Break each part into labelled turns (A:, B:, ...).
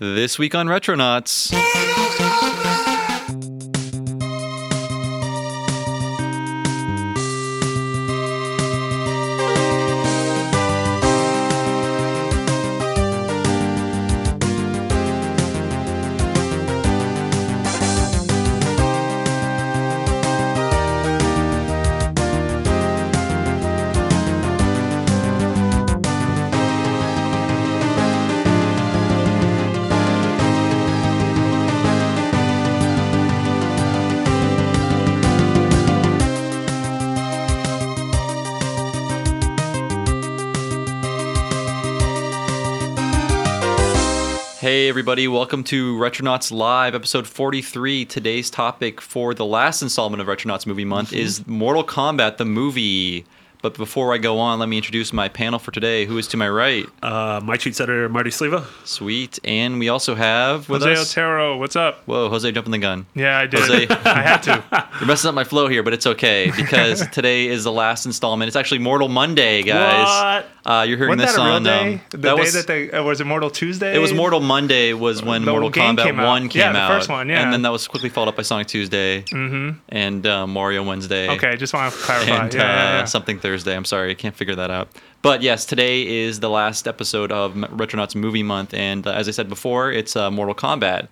A: This week on Retronauts. Hey, everybody, welcome to Retronauts Live, episode 43. Today's topic for the last installment of Retronauts Movie Month
B: Mm-hmm.
A: is Mortal Kombat, the movie. But before I go on, let me introduce my panel for today, who is to my right.
C: Uh, my cheats editor, Marty Sleva.
A: Sweet. And we also have with
B: Jose
A: us.
B: Otero, what's up?
A: Whoa, Jose jumping the gun.
B: Yeah, I did.
A: Jose.
B: I had to.
A: You're messing up my flow here, but it's okay because today is the last installment. It's actually Mortal Monday, guys. Uh, you're hearing
B: Wasn't
A: this
B: that a real
A: on
B: day?
A: um,
B: the
A: that
B: day
A: was
B: that they uh, was it Mortal Tuesday?
A: It was Mortal Monday was when
B: the
A: Mortal
B: game
A: Kombat
B: came out.
A: One came
B: Yeah, the
A: out.
B: first one, yeah. Mm-hmm.
A: And then that was quickly followed up by Sonic Tuesday and uh, Mario Wednesday.
B: Okay, just want to clarify.
A: And
B: yeah, yeah,
A: uh,
B: yeah.
A: something Thursday. I'm sorry, I can't figure that out. But yes, today is the last episode of M- Retronauts Movie Month, and uh, as I said before, it's uh, Mortal Kombat.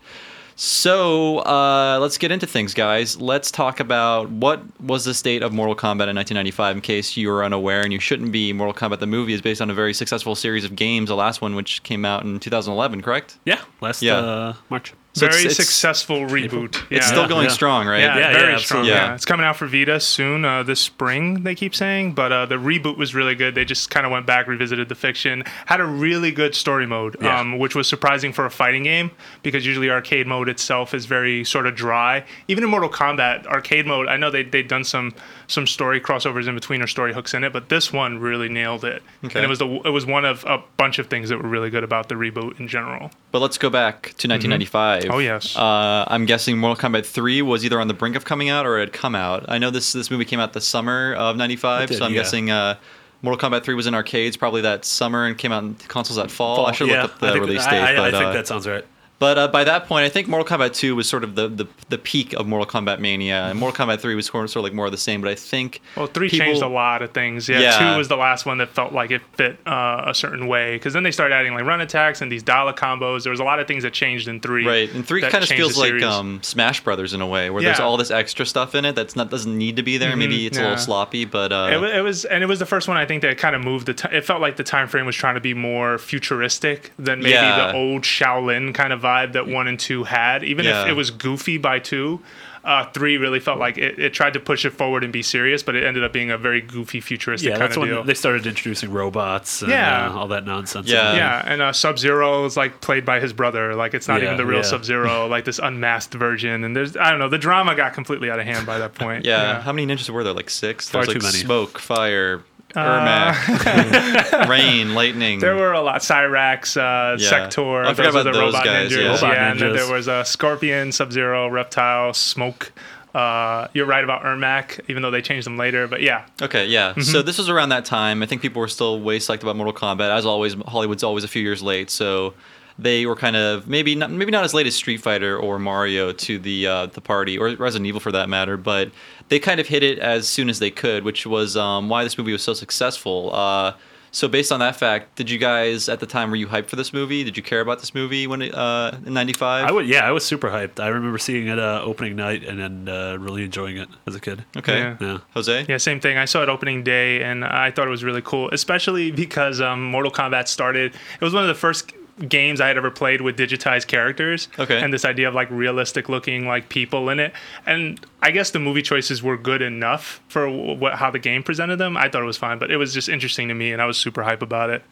A: So uh, let's get into things, guys. Let's talk about what was the state of Mortal Kombat in 1995. In case you are unaware, and you shouldn't be, Mortal Kombat the movie is based on a very successful series of games. The last one, which came out in 2011, correct?
C: Yeah, last
A: Yeah.
C: Uh, March.
A: so it's-
B: very
A: it's-
B: successful reboot. Yeah.
A: It's still going
C: yeah.
A: strong, right?
B: Yeah,
C: Yeah, yeah,
B: very strong.
C: absolutely.
B: Yeah.
A: Yeah.
B: it's coming out for Vita soon uh, this spring. They keep saying, but uh, the reboot was really good. They just kind of went back, revisited the fiction, had a really good story mode,
C: Yeah.
B: um, which was surprising for a fighting game because usually arcade mode itself is very sort of dry. Even in Mortal Kombat arcade mode, I know they they'd done some some story crossovers in between or story hooks in it, but this one really nailed it.
A: Okay.
B: And it was the it was one of a bunch of things that were really good about the reboot in general.
A: But let's go back
C: Mm-hmm.
A: to 1995.
B: Oh, yes.
A: Uh, I'm guessing Mortal Kombat 3 was either on the brink of coming out or it had come out. I know this this movie came out the summer of 95,
C: It did,
A: so I'm
C: yeah.
A: guessing uh, Mortal Kombat 3 was in arcades probably that summer and came out in consoles that fall. I should
C: yeah,
A: look up
C: I
A: the
C: think,
A: release
C: I-
A: date.
C: I, I,
A: but,
C: think
A: uh,
C: that sounds right.
A: but uh, by that point, I think Mortal Kombat 2 was sort of the, the, the peak of Mortal Kombat mania, and Mortal Kombat 3 was sort of, sort of like more of the same. But I think
B: Well, three
A: people-
B: changed a lot of things. Yeah,
A: Yeah.
B: two was the last one that felt like it fit uh, a certain way because then they started adding like run attacks and these dollar combos. There was a lot of things that changed in three.
A: Right, and three
B: that
A: kind of
B: changed the
A: feels like
B: series.
A: um, Smash Brothers in a way, where there's
B: Yeah. Mm-hmm.
A: all this extra stuff in it that's not doesn't need to be there. Maybe it's a
B: yeah.
A: little sloppy, but uh,
B: It was, it was, and it was the first one I think that kind of moved the. T- it felt like the time frame was trying to be more futuristic than maybe
A: Yeah.
B: the old Shaolin kind of vibe that one and two had. Even
A: Yeah.
B: if it was goofy by two, uh, three really felt like it, it tried to push it forward and be serious, but it ended up being a very goofy, futuristic
C: Yeah,
B: kind
C: that's
B: of
C: when
B: deal.
C: they started introducing robots and
B: Yeah.
C: uh, all that nonsense.
A: Yeah.
B: yeah, and uh, Sub Zero is like played by his brother. Like it's not
C: Yeah,
B: even the real
C: yeah.
B: Sub Zero, like this unmasked version. And there's I don't know, the drama got completely out of hand by that point.
A: yeah. How many ninjas were there? Like six.
C: Far
A: There's like
C: too many.
A: smoke, fire, Ermac, rain, lightning.
B: Uh, There were a lot. Cyrax, uh,
A: Yeah.
B: Sector,
A: I forgot
B: those are
A: about
B: the
A: those
B: robot
A: guys,
B: ninjas.
A: yeah.
B: Yeah,
C: Robot
B: and then
C: ninjas.
B: there was uh, Scorpion, Sub Zero, Reptile, Smoke. Uh, you're right about Ermac, even though they changed them later. But yeah,
A: Okay, yeah. So
B: Mm-hmm.
A: this was around that time. I think people were still way psyched about Mortal Kombat. As always, Hollywood's always a few years late, so they were kind of maybe not maybe not as late as Street Fighter or Mario to the uh, the party or Resident Evil for that matter. But they kind of hit it as soon as they could, which was um, why this movie was so successful. Uh, so based on that fact, did you guys at the time were you hyped for this movie? Did you care about this movie when it, uh, in '95?
C: I would, yeah, I was super hyped. I remember seeing it uh, opening night and then uh, really enjoying it as a kid.
A: Okay,
B: Yeah.
C: Yeah.
A: Jose.
B: Yeah, same thing. I saw it opening day, and I thought it was really cool, especially because um, Mortal Kombat started. It was one of the first games I had ever played with digitized characters.
A: Okay.
B: And this idea of like realistic looking like people in it, and I guess the movie choices were good enough for what how the game presented them. I thought it was fine, but it was just interesting to me, and I was super hype about it,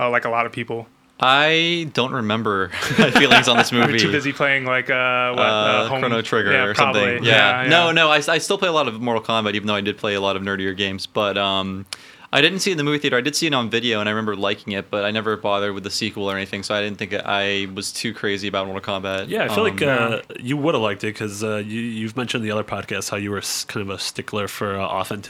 B: uh, like a lot of people.
A: I don't remember my feelings on this movie.
B: Too busy playing like uh, what
A: uh,
B: uh, home-
A: Chrono Trigger
B: Yeah,
A: or
B: probably.
A: something. Yeah. No, no, I, I still play a lot of Mortal Kombat, even though I did play a lot of nerdier games. But um, I didn't see it in the movie theater. I did see it on video, and I remember liking it, but I never bothered with the sequel or anything, so I didn't think I was too crazy about Mortal Kombat.
C: Yeah, I feel like
A: Um,
C: uh, you would have liked it because uh, you, you've mentioned the other podcast how you were s- kind of a stickler for uh,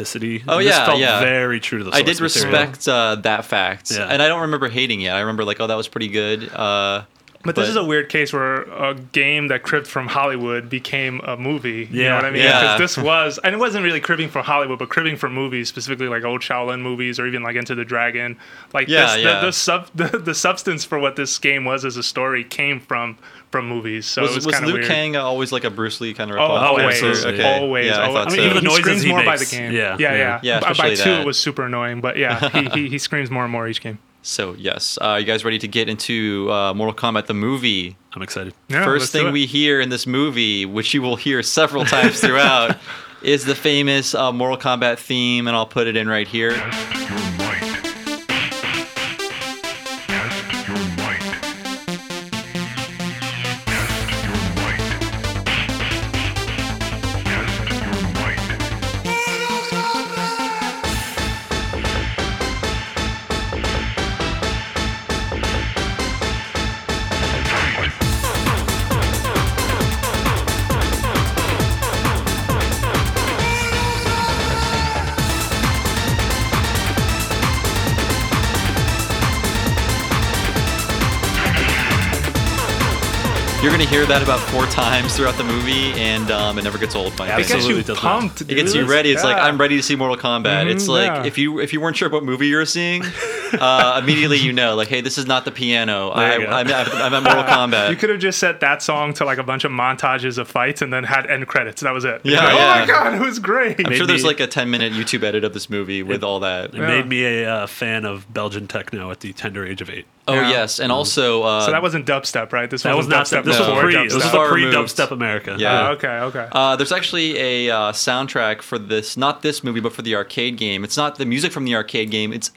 C: authenticity.
A: Oh,
C: And this
A: yeah,
C: felt
A: yeah.
C: very true to the.
A: I did
C: source material.
A: respect uh, that fact,
C: Yeah.
A: and I don't remember hating it. I remember like, oh, that was pretty good. Uh,
B: But this
A: But-
B: is a weird case where a game that cribbed from Hollywood became a movie. You know
C: Yeah.
B: what I mean?
A: Yeah.
B: Because this was, and it wasn't really cribbing from Hollywood, but cribbing from movies, specifically like old Shaolin movies or even like Into the Dragon. Like
A: Yeah,
B: this,
A: yeah.
B: The, the, sub, the, the substance for what this game was as a story came from from movies. So
A: Was,
B: it was,
A: was
B: kind of
A: Liu
B: weird.
A: Kang always like a Bruce Lee kind of?
B: Oh, always,
C: absolutely.
B: always,
A: Yeah, I
B: always.
A: thought
B: I mean,
A: so.
B: even
C: Even the
B: he
C: noises
B: screams
C: he
B: more by
C: makes.
B: the game.
C: Yeah,
B: yeah,
C: yeah.
B: yeah.
A: Yeah,
B: By- by
A: especially
B: two,
A: that.
B: it was super annoying, but yeah, he, he, he screams more and more each game.
A: So yes, uh, you guys ready to get into uh, Mortal Kombat the movie?
C: I'm excited.
B: Yeah, let's
A: First
B: do
A: thing
B: it.
A: we hear in this movie, which you will hear several times throughout, is the famous uh, Mortal Kombat theme, and I'll put it in right here.
D: Test your might. Test your might. Test your might. Test your might.
A: You're gonna hear that about four times throughout the movie, and um, it never gets old. By
B: it
A: me.
B: gets
C: Absolutely
B: you
C: does not.
B: pumped.
A: It gets you
B: dude.
A: ready. It's like
B: Yeah.
A: I'm ready to see Mortal Kombat. it's
B: Mhm,
A: like
B: yeah.
A: if you if you weren't sure what movie you were seeing, uh, immediately you know. Like, hey, this is not the piano. I,
C: There you go.
A: I'm, at, I'm at Mortal Kombat.
B: You could have just set that song to like a bunch of montages of fights and then had end credits. That was it. It's
A: Yeah,
B: like,
A: yeah.
B: Oh my god, it was great.
A: I'm sure there's like
C: maybe-
A: a 10 minute YouTube edit of this movie with all that.
C: It
B: Yeah.
C: made me a uh, fan of Belgian techno at the tender age of eight.
A: Oh
B: Yeah.
A: yes, and also uh,
B: Mm-hmm. so that wasn't dubstep, right? This
C: That was
B: wasn't
C: not
B: dubstep.
C: this
A: no.
C: was
B: before
C: pre. This was
B: dubstep.
C: the
A: Far
C: pre
A: removed.
C: dubstep America.
A: Yeah.
B: Oh, okay, okay.
A: Uh, there's actually a uh, soundtrack for this, not this movie, but for the arcade game. It's not the music from the arcade game. It's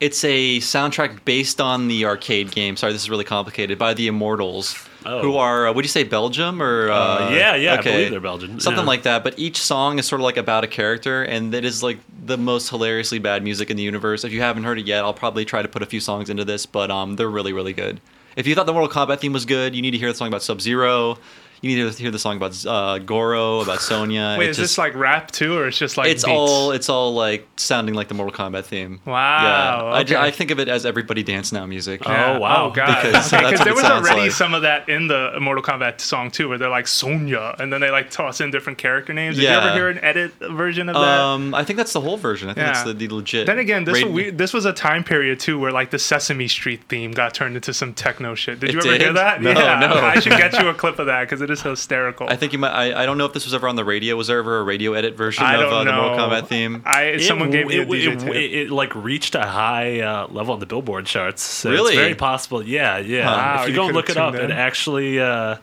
A: it's a soundtrack based on the arcade game. Sorry, this is really complicated. By the Immortals,
C: Oh.
A: who are uh, would you say Belgium or uh,
C: yeah, yeah, I believe they're Belgian,
A: something
C: yeah.
A: like that. But each song is sort of like about a character, and it is like the most hilariously bad music in the universe. If you haven't heard it yet, I'll probably try to put a few songs into this, but um, they're really really good. If you thought the Mortal Kombat theme was good, you need to hear the song about Sub Zero. You need to hear the song about uh, Goro, about Sonya.
B: Wait,
A: It
B: is
A: just-
B: this like rap too, or it's just like
A: it's
B: beats?
A: all it's all like sounding like the Mortal Kombat theme.
B: Wow,
A: Yeah. I ju-
B: okay.
A: I, think of it as everybody dance now music.
B: Yeah.
C: Oh, wow.
B: Oh god.
A: Because
B: Because
A: that's what
B: there
A: it
B: was
A: sounds
B: already
A: like.
B: some of that in the Mortal Kombat song too, where they're like Sonya, and then they like toss in different character names. Did you
A: Yeah.
B: ever hear an edit version of that?
A: Um, I think that's the whole version. I think
B: Yeah.
A: that's the, the legit.
B: Then again, this,
A: rate-
B: was we, this was a time period too where like the Sesame Street theme got turned into some techno shit. Did
A: It
B: you ever
A: did?
B: hear that?
A: No,
B: yeah,
A: no.
B: I should get you a clip of that because it is hysterical.
A: I think you might. I, I don't know if this was ever on the radio. Was there ever a radio edit version
B: I
A: of
B: don't
A: uh, the
B: know.
A: Mortal Kombat theme?
B: I someone gave me a
C: it,
B: DJ
C: it,
B: tape.
C: it- it, like reached a high uh, level on the Billboard charts. So
A: Really?
C: it's very possible. Yeah, yeah.
B: Wow,
C: if
B: you
C: you go and
B: could've
C: look it up,
B: tuned
C: it
B: in.
C: actually, uh,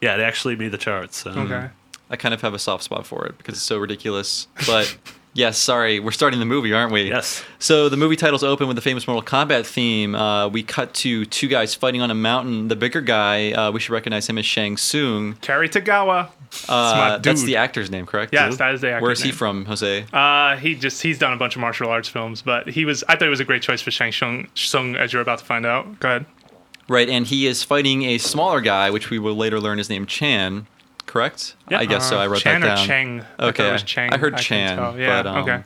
C: yeah, it actually made the charts. Um, So.
B: okay.
A: I kind of have a soft spot for it because it's so ridiculous. But yes, sorry, we're starting the movie, aren't we?
C: Yes.
A: So the movie titles open with the famous Mortal Kombat theme. Uh, we cut to two guys fighting on a mountain. The bigger guy, uh, we should recognize him as Shang Tsung.
B: Terry Tagawa.
A: Uh,
B: my
A: that's
B: dude.
A: the actor's name, correct?
B: Yes, that is the actor's
A: Where is he
B: name.
A: from, Jose?
B: Uh, he just he's done a bunch of martial arts films, but he was I thought it was a great choice for Shang Tsung, Tsung as you're about to find out. Go ahead.
A: Right, and he is fighting a smaller guy, which we will later learn is named Chan. Correct?
C: Yeah.
A: I guess so. I wrote
B: uh, Chan
A: that
B: or
A: down.
B: Chang? I thought it
A: Okay.
B: was Chang.
A: I heard
B: I couldn't
A: Chan.
B: tell. Yeah,
A: But, um,
B: okay.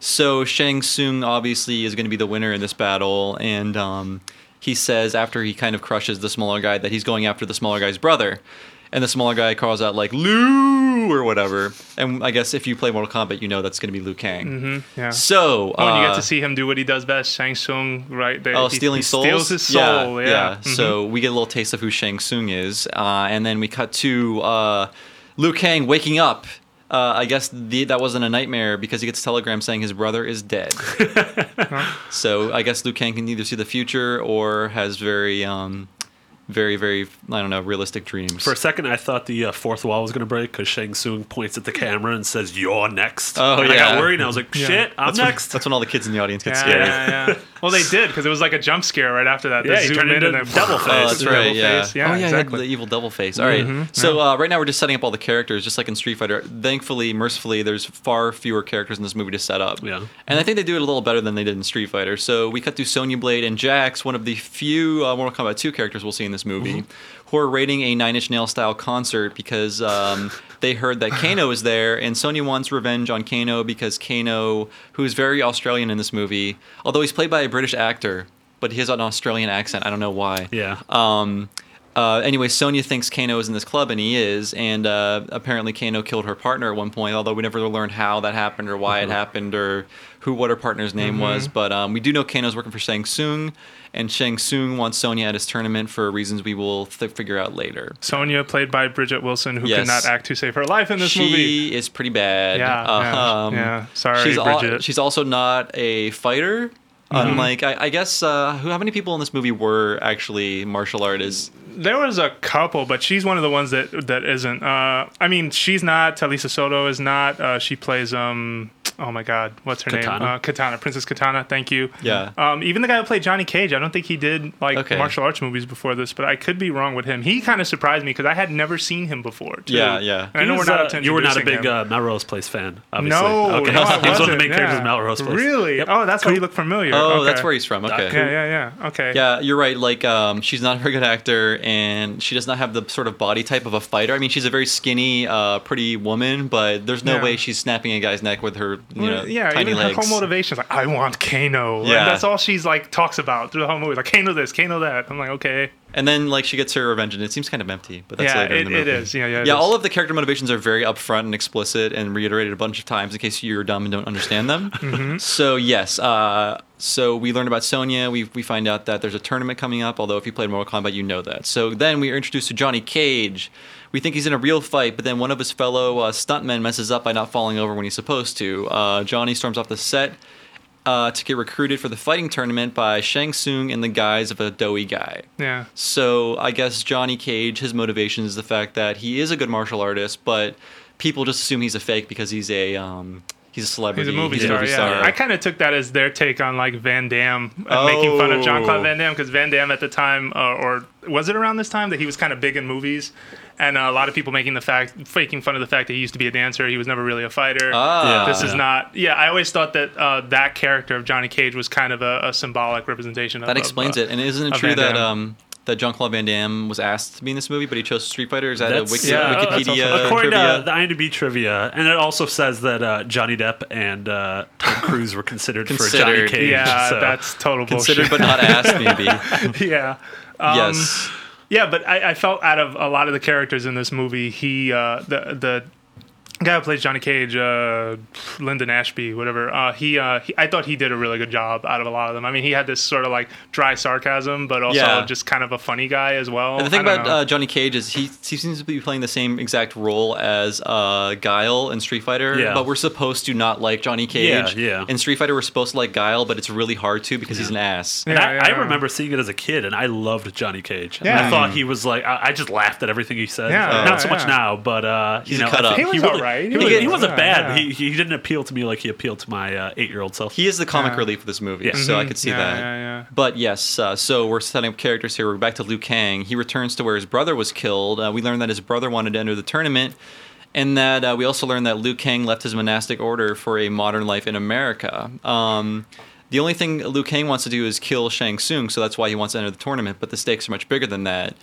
A: So Shang Tsung obviously is going to be the winner in this battle, and um, he says after he kind of crushes the smaller guy that he's going after the smaller guy's brother, and the smaller guy calls out like Liu or whatever. And I guess if you play Mortal Kombat, you know that's going to be Liu Kang.
B: Yeah.
A: So
B: Mm-hmm. Oh, and you
A: uh,
B: get to see him do what he does best, Shang Tsung, right? There,
A: Oh,
B: he,
A: stealing
B: he
A: souls.
B: Steals his soul. Yeah. Mhm.
A: So we get a little taste of who Shang Tsung is, uh, and then we cut to uh, Liu Kang waking up. Uh, I guess the, that wasn't a nightmare because he gets a telegram saying his brother is dead. so I guess Liu Kang can either see the future or has very, um, very, very I don't know, realistic dreams.
C: For a second, I thought the uh, fourth wall was going to break because Shang Tsung points at the camera and says, "You're next."
A: Oh,
C: and I
A: yeah.
C: got worried. and I was like,
B: Yeah.
C: "Shit, I'm
A: that's
C: next."
A: When, that's when all the kids in the audience get
B: Yeah,
A: scared.
B: yeah, yeah. Well, they did because it was like a jump scare right after that. They
C: Yeah, he
B: zoomed
C: turned
B: in
C: into
B: and then
C: Devil
A: Oh,
C: Face.
A: that's right.
B: Uh, Devil
A: Yeah.
B: face, yeah,
A: oh, yeah, he had
B: exactly. Mm-hmm,
A: the evil devil face. All right. So uh, right now we're just setting up all the characters, just like in Street Fighter. Thankfully, mercifully, there's far fewer characters in this movie to set up.
C: Yeah.
A: And I think they do it a little better than they did in Street Fighter. So we cut to Sonya Blade and Jax, one of the few uh, Mortal Kombat 2 characters we'll see in this movie,
B: Mm-hmm.
A: who are raiding a Nine Inch Nail style concert because um, they heard that Kano is there, and Sonya wants revenge on Kano because Kano, who is very Australian in this movie, although he's played by a British actor. But he has an Australian accent. I don't know why
C: Yeah.
A: um, Uh, anyway, Sonya thinks Kano is in this club, and he is. And uh, apparently, Kano killed her partner at one point, although we never learned how that happened or
B: Mm-hmm.
A: why it happened or who what her partner's name was. But um, we do know Kano's working for Shang Tsung, and Shang Tsung wants Sonya at his tournament for reasons we will th- figure out later.
B: Sonia, played by Bridget Wilson, who
A: Yes.
B: could not act to save her life in this
A: she
B: movie.
A: is pretty bad. Uh, um,
B: Yeah, yeah, yeah. Sorry,
A: she's al-
B: Bridget. Mm-hmm.
A: she's also not a fighter. Unlike, I, I guess, uh, who? How many people in this movie were actually martial artists?
B: There was a couple, but she's one of the ones that that isn't. Uh, I mean, she's not. Talisa Soto is not. Uh, she plays. Um, oh my God, what's her
C: Katana?
B: name? Uh, Katana, Princess Katana. Thank you.
A: Yeah.
B: Um, even the guy who played Johnny Cage, I don't think he did like
A: Okay.
B: martial arts movies before this, but I could be wrong with him. He kind of surprised me because I had never seen him before. too.
A: Yeah, yeah.
B: And I
C: He
B: know we're
C: was,
B: not.
C: uh,
B: up to
C: you were not a
B: introducing
C: big
B: him.
C: uh, Melrose Place fan, obviously.
B: No,
C: okay.
B: no,
C: He was one
B: I
C: of the main
B: wasn't,
C: characters
B: yeah.
C: in Melrose Place.
B: Really?
C: Yep.
B: Oh, that's why you look familiar.
A: Oh,
B: Okay.
A: that's where he's from. Okay.
B: Yeah, yeah, yeah. Okay.
A: Yeah, you're right. Like, um, she's not a very good actor, and she does not have the sort of body type of a fighter. I mean, she's a very skinny, uh, pretty woman, but there's no
B: Yeah.
A: way she's snapping a guy's neck with her, you know,
B: Well, yeah,
A: tiny
B: even
A: legs.
B: her whole motivation is like, I want Kano. Yeah.
A: Yeah.
B: that's all she's like talks about through the whole movie. Like, Kano this, Kano that. I'm like, okay.
A: and then, like, she gets her revenge, and it seems kind of empty. But that's
B: yeah,
A: later in
B: it,
A: the
B: it
A: movie.
B: is. Yeah, yeah. it
A: Yeah,
B: is.
A: all of the character motivations are very upfront and explicit and reiterated a bunch of times in case you're dumb and don't understand them.
B: Mm-hmm.
A: So, yes, uh, so we learn about Sonya. We, we find out that there's a tournament coming up, although if you played Mortal Kombat, you know that. So then we are introduced to Johnny Cage. We think he's in a real fight, but then one of his fellow uh, stuntmen messes up by not falling over when he's supposed to. Uh, Johnny storms off the set uh, to get recruited for the fighting tournament by Shang Tsung in the guise of a doughy guy.
B: Yeah.
A: So I guess Johnny Cage, his motivation is the fact that he is a good martial artist, but people just assume he's a fake because he's a um, he's a
B: He's
A: celebrity.
B: a movie star. yeah. I kind of took that as their take on like Van Damme and making fun of John Claude
A: Oh.
B: Van Damme because Van Damme at the time, uh, or was it around this time that he was kind of big in movies, and uh, a lot of people making the fact, faking fun of the fact that he used to be a dancer. He was never really a fighter.
A: Ah.
C: Yeah.
B: This is not. Yeah, I always thought that uh, that character of Johnny Cage was kind of a, a symbolic representation. of
A: that explains
B: of, uh,
A: it. And isn't it
B: of
A: true
B: Van
A: that
B: Damme.
A: um, that Jean Claude Van Damme was asked to be in this movie, but he chose Street Fighter? Is that a
C: That's-
A: Wiki,
C: yeah,
B: oh, that's
A: Wikipedia
B: awesome.
C: According
A: trivia?
C: to uh, the IMDb trivia, and it also says that uh, Johnny Depp and uh, Tom Cruise were considered, for Johnny
A: Considered.
C: Cage.
B: Yeah,
C: so.
B: that's total
A: Considered
B: bullshit.
A: but not asked, maybe.
B: yeah. Um,
A: yes.
B: Yeah, but I, I felt out of a lot of the characters in this movie, he uh, the the guy who plays Johnny Cage, uh, Lyndon Ashby, whatever. Uh, he, uh, he I thought he did a really good job out of a lot of them. I mean, he had this sort of like dry sarcasm, but also
A: Yeah.
B: just kind of a funny guy as well.
A: And the thing
B: I don't
A: about
B: know.
A: uh, Johnny Cage is he, he seems to be playing the same exact role as uh, Guile in Street Fighter,
C: Yeah.
A: but we're supposed to not like Johnny
C: Yeah,
A: Cage.
C: yeah.
A: In Street Fighter, we're supposed to like Guile, but it's really hard to because he's an ass.
B: Yeah.
C: And I, I remember seeing it as a kid, and I loved Johnny Cage. And
B: Yeah.
C: I
A: Mm.
C: thought he was like, I, I just laughed at everything he said.
B: Yeah,
C: Not so
B: yeah,
C: much
B: yeah.
C: now, but uh,
A: He's
C: you
A: a
C: know,
A: cut
C: I
A: up.
C: think
B: He was
C: really-
B: alright.
C: He,
B: He
C: was,
B: was-
C: he wasn't
B: yeah,
C: bad.
B: yeah.
C: He, he didn't appeal to me like he appealed to my uh, eight year old self.
A: He is the comic
B: Yeah. Mm-hmm.
A: relief of this movie,
C: Yeah.
A: so I could see
B: Yeah,
A: that.
B: yeah, yeah.
A: But yes, uh, so we're setting up characters here. We're back to Liu Kang. He returns to where his brother was killed. Uh, we learn that his brother wanted to enter the tournament, and that uh, we also learn that Liu Kang left his monastic order for a modern life in America. Um, the only thing Liu Kang wants to do is kill Shang Tsung, so that's why he wants to enter the tournament. But the stakes are much bigger than that.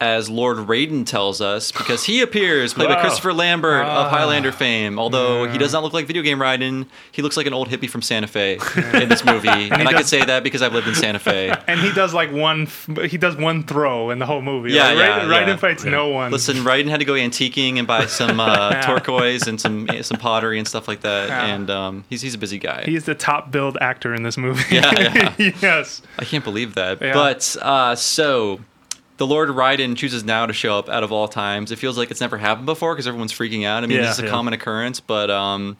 A: As Lord Raiden tells us, because he appears, played by
C: Wow.
A: Christopher Lambert
B: Ah.
A: of Highlander fame. Although he does not look like video game Raiden, he looks like an old hippie from Santa Fe in this movie. and I could
B: does-
A: say that because I've lived in Santa Fe.
B: and he does like one, f- he does one throw in the whole movie.
A: Yeah,
B: like,
A: yeah,
B: Raiden, Raiden
A: yeah.
B: fights no one.
A: Listen, Raiden had to go antiquing and buy some uh,
B: Yeah.
A: turquoise and some some pottery and stuff like that.
B: Yeah.
A: And um, he's he's a busy guy.
B: he is the top billed actor in this movie.
A: Yeah,
B: yes.
A: I can't believe that.
B: Yeah.
A: But uh, so the Lord Raiden chooses now to show up out of all times. It feels like it's never happened before because everyone's freaking out. I mean,
C: Yeah,
A: this is a
C: yeah.
A: common occurrence, but um,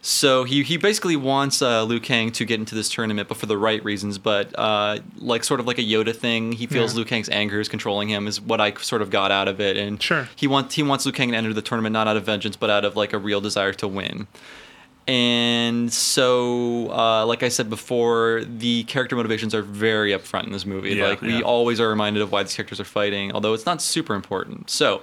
A: so he he basically wants uh, Liu Kang to get into this tournament, but for the right reasons. But uh, like sort of like a Yoda thing, he feels
B: Yeah.
A: Liu Kang's anger is controlling him. Is what I sort of got out of it. And
B: Sure.
A: he wants he wants Liu Kang to enter the tournament not out of vengeance, but out of like a real desire to win. And so, uh, like I said before, the character motivations are very upfront in this movie.
C: Yeah,
A: like we
C: yeah.
A: always are reminded of why these characters are fighting, although it's not super important. So,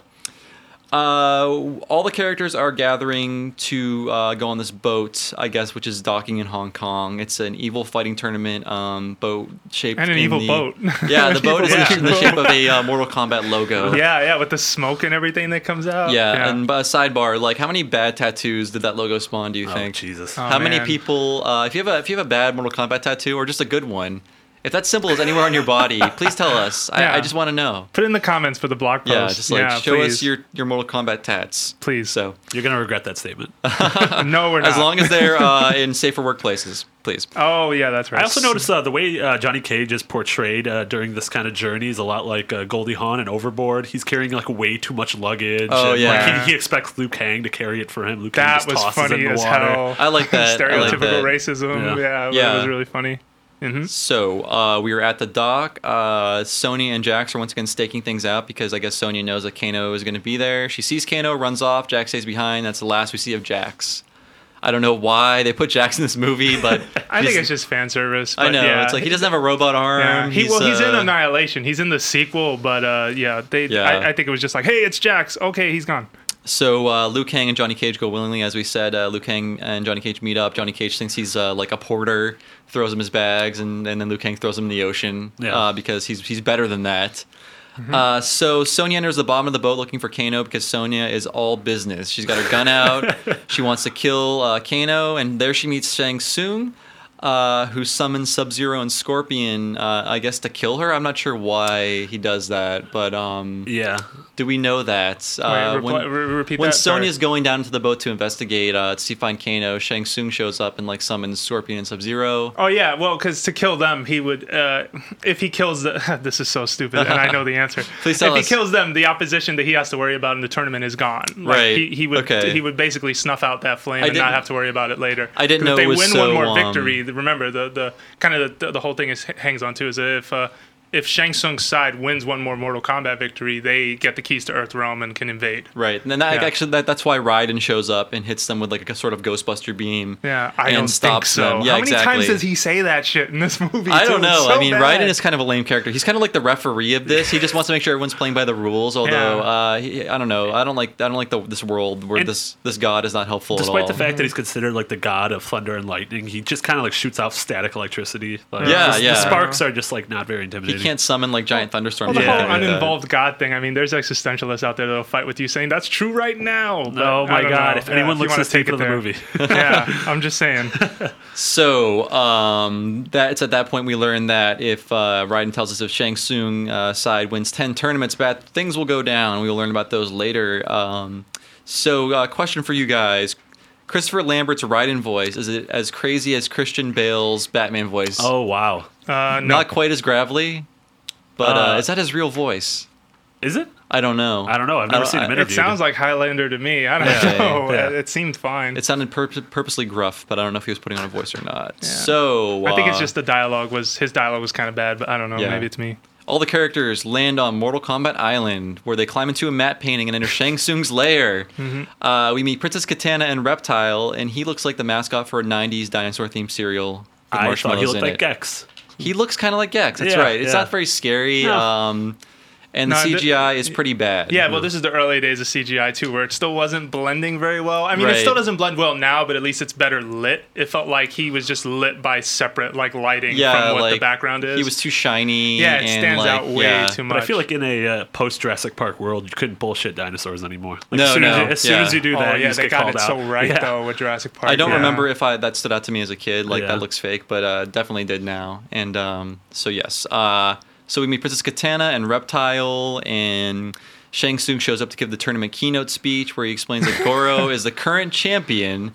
A: uh, all the characters are gathering to uh, go on this boat, I guess, which is docking in Hong Kong. It's an evil fighting tournament um, boat shaped
B: And an
A: in
B: evil
A: the-
B: boat.
A: Yeah, the boat is
B: Yeah.
A: in the shape of a uh, Mortal Kombat logo.
B: Yeah, yeah, with the smoke and everything that comes out.
A: Yeah, and by sidebar, like how many bad tattoos did that logo spawn? Do you
C: oh,
A: think?
C: Jesus.
A: How many
B: man.
A: people? Uh, if you have a if you have a bad Mortal Kombat tattoo or just a good one, If that symbol is anywhere on your body, please tell us. I,
B: Yeah.
A: I just want to know.
B: Put it in the comments for the blog post.
A: Yeah, just like show us
B: please.
A: your, your Mortal Kombat tats.
B: Please.
A: So,
C: You're gonna regret that statement.
B: No, we're not.
A: as long as they're uh, in safer workplaces, please.
B: Oh yeah, that's right.
C: I also noticed uh, the way uh, Johnny Cage is portrayed uh, during this kind of journey is a lot like uh, Goldie Hawn in Overboard. He's carrying like way too much luggage.
A: Oh,
C: and,
A: yeah.
C: like, he, he expects Luke Kang to carry it for him. Luke Kang
B: that
C: just
B: was
C: tosses it
B: funny
C: in the
B: as
C: water.
B: hell.
A: I like that. I like
B: Stereotypical
A: that.
B: racism.
C: Yeah.
B: Yeah, yeah,
A: Yeah.
B: it was really funny.
A: So uh, we were at the dock. Uh, Sony and Jax are once again staking things out because I guess Sonya knows that Kano is going to be there. She sees Kano, runs off. Jax stays behind. That's the last we see of Jax. I don't know why they put Jax in this movie, but
B: I think
A: he's-
B: it's just fan service.
A: I
B: but
A: know
B: yeah.
A: it's like he doesn't have a robot arm.
B: Yeah, he, well, he's in
A: uh,
B: Annihilation. He's in the sequel, but uh, yeah, they.
A: Yeah.
B: I, I think it was just like, hey, it's Jax. Okay, he's gone.
A: So uh, Liu Kang and Johnny Cage go willingly, as we said. Uh, Liu Kang and Johnny Cage meet up. Johnny Cage thinks he's uh, like a porter, throws him his bags, and, and then Liu Kang throws him in the ocean
C: Yeah.
A: uh, because he's he's better than that. Uh, so Sonya enters the bottom of the boat looking for Kano because Sonya is all business. She's got her gun out. she wants to kill uh, Kano, and there she meets Shang Tsung, uh, who summons Sub Zero and Scorpion, uh, I guess, to kill her. I'm not sure why he does that, but um,
C: Yeah,
A: do we know that? Uh,
B: reply- re- repeat
A: when
B: that, sorry.
A: Sonya's going down to the boat to investigate uh, to see find Kano, Shang Tsung shows up and like summons Scorpion and Sub Zero.
B: Oh yeah, well, because to kill them, he would. Uh, if he kills the, this is so stupid, and I know the answer.
A: Please tell
B: if
A: us.
B: he kills them, the opposition that he has to worry about in the tournament is gone. Like,
A: Right.
B: He, he would.
A: Okay.
B: He would basically snuff out that flame
A: I
B: and not
A: didn't-
B: have to worry about it later.
A: I didn't
B: 'Cause
A: know
B: If
A: it
B: they
A: was
B: win
A: so,
B: one more
A: um,
B: victory, the- remember the the kind of the, the whole thing is hangs on to is if. Uh, if Shang Tsung's side wins one more Mortal Kombat victory, they get the keys to Earth Realm and can invade.
A: Right, and then that,
B: Yeah.
A: actually that, that's why Raiden shows up and hits them with like a sort of Ghostbuster beam.
B: Yeah, I
A: and
B: don't think
A: stops
B: so.
A: them. Yeah,
B: How many
A: exactly.
B: times does he say that shit in this movie?
A: I
B: too?
A: don't
B: It's
A: know.
B: so
A: I mean,
B: bad.
A: Raiden is kind of a lame character. He's kind of like the referee of this. He just wants to make sure everyone's playing by the rules. Although,
B: Yeah.
A: uh, he, I don't know. I don't like. I don't like the, this world where
C: And-
A: this this god is not helpful at
C: despite
A: all.
C: the fact that he's considered like the god of thunder and lightning, he just kind of like shoots off static electricity. Like,
A: Yeah,
C: the-
A: yeah.
C: The sparks are just like not very
A: he
C: intimidating.
A: can't summon like giant thunderstorms.
B: Well, Oh, the
A: or
C: Yeah,
B: whole
A: anything like that.
B: uninvolved God thing. I mean, there's existentialists out there that'll fight with you saying that's true right now. but
C: Oh
B: I
C: my
B: don't
C: god!
B: know.
C: If
B: Yeah,
C: anyone
B: you
C: looks
B: wanna
C: at the
B: take
C: tape
B: it
C: of the
B: there.
C: movie,
B: yeah, I'm just saying.
A: So um, that's at that point we learn that if uh, Raiden tells us if Shang Tsung uh, side wins ten tournaments, bad things will go down. We'll learn about those later. Um, so uh, question for you guys: Christopher Lambert's Raiden voice is it as crazy as Christian Bale's Batman voice?
C: oh wow,
B: Uh, no,
A: not quite as gravelly, but uh,
C: Uh,
A: is that his real voice?
C: is it?
A: I don't know.
C: I don't know. I've never
A: don't-
C: seen him
A: I-
C: interviewed.
B: it sounds like Highlander to me. I don't
A: Yeah.
B: know.
C: Yeah.
B: It, it seemed fine.
A: It sounded pur- purposely gruff, but I don't know if he was putting on a voice or not.
B: Yeah.
A: So
B: I think it's
A: uh,
B: just the dialogue was his dialogue was kind of bad, but I don't know.
A: Yeah.
B: Maybe it's me.
A: All the characters land on Mortal Kombat Island, where they climb into a matte painting and enter Shang Tsung's lair.
B: Mm-hmm.
A: Uh, we meet Princess Katana and Reptile, and he looks like the mascot for a '90s dinosaur-themed cereal with
C: I thought
A: marshmallows
C: he looked
A: in
C: like
A: it.
C: Gex.
A: He looks kind of like Gex. That's
C: Yeah,
A: right. It's
C: yeah.
A: not very scary,
C: No.
A: um, and
B: No,
A: the
B: the-
A: CGI is pretty bad.
B: Yeah, well, this is the early days of CGI too, where it still wasn't blending very well. I mean,
A: Right.
B: it still doesn't blend well now, but at least it's better lit. It felt like he was just lit by separate like lighting
A: yeah,
B: from what
A: like
B: the background is.
A: He was too shiny.
B: yeah,
A: and,
B: it stands
A: like,
B: out way
A: yeah.
B: too much.
C: But I feel like in a uh, post Jurassic Park world, you couldn't bullshit dinosaurs anymore. Like,
A: No,
C: as soon,
A: no,
C: as, you, as, soon
A: yeah.
C: as you do that,
B: oh
C: you
B: yeah,
C: just
B: they
C: get
B: got
C: called
B: it
C: out.
B: so right
C: Yeah.
B: though with Jurassic Park.
A: I don't
B: yeah.
A: remember if I that stood out to me as a kid. Like
C: Yeah.
A: that looks fake, but uh, definitely did now. And um, so yes, uh, so we meet Princess Katana and Reptile, and Shang Tsung shows up to give the tournament keynote speech where he explains that Goro is the current champion.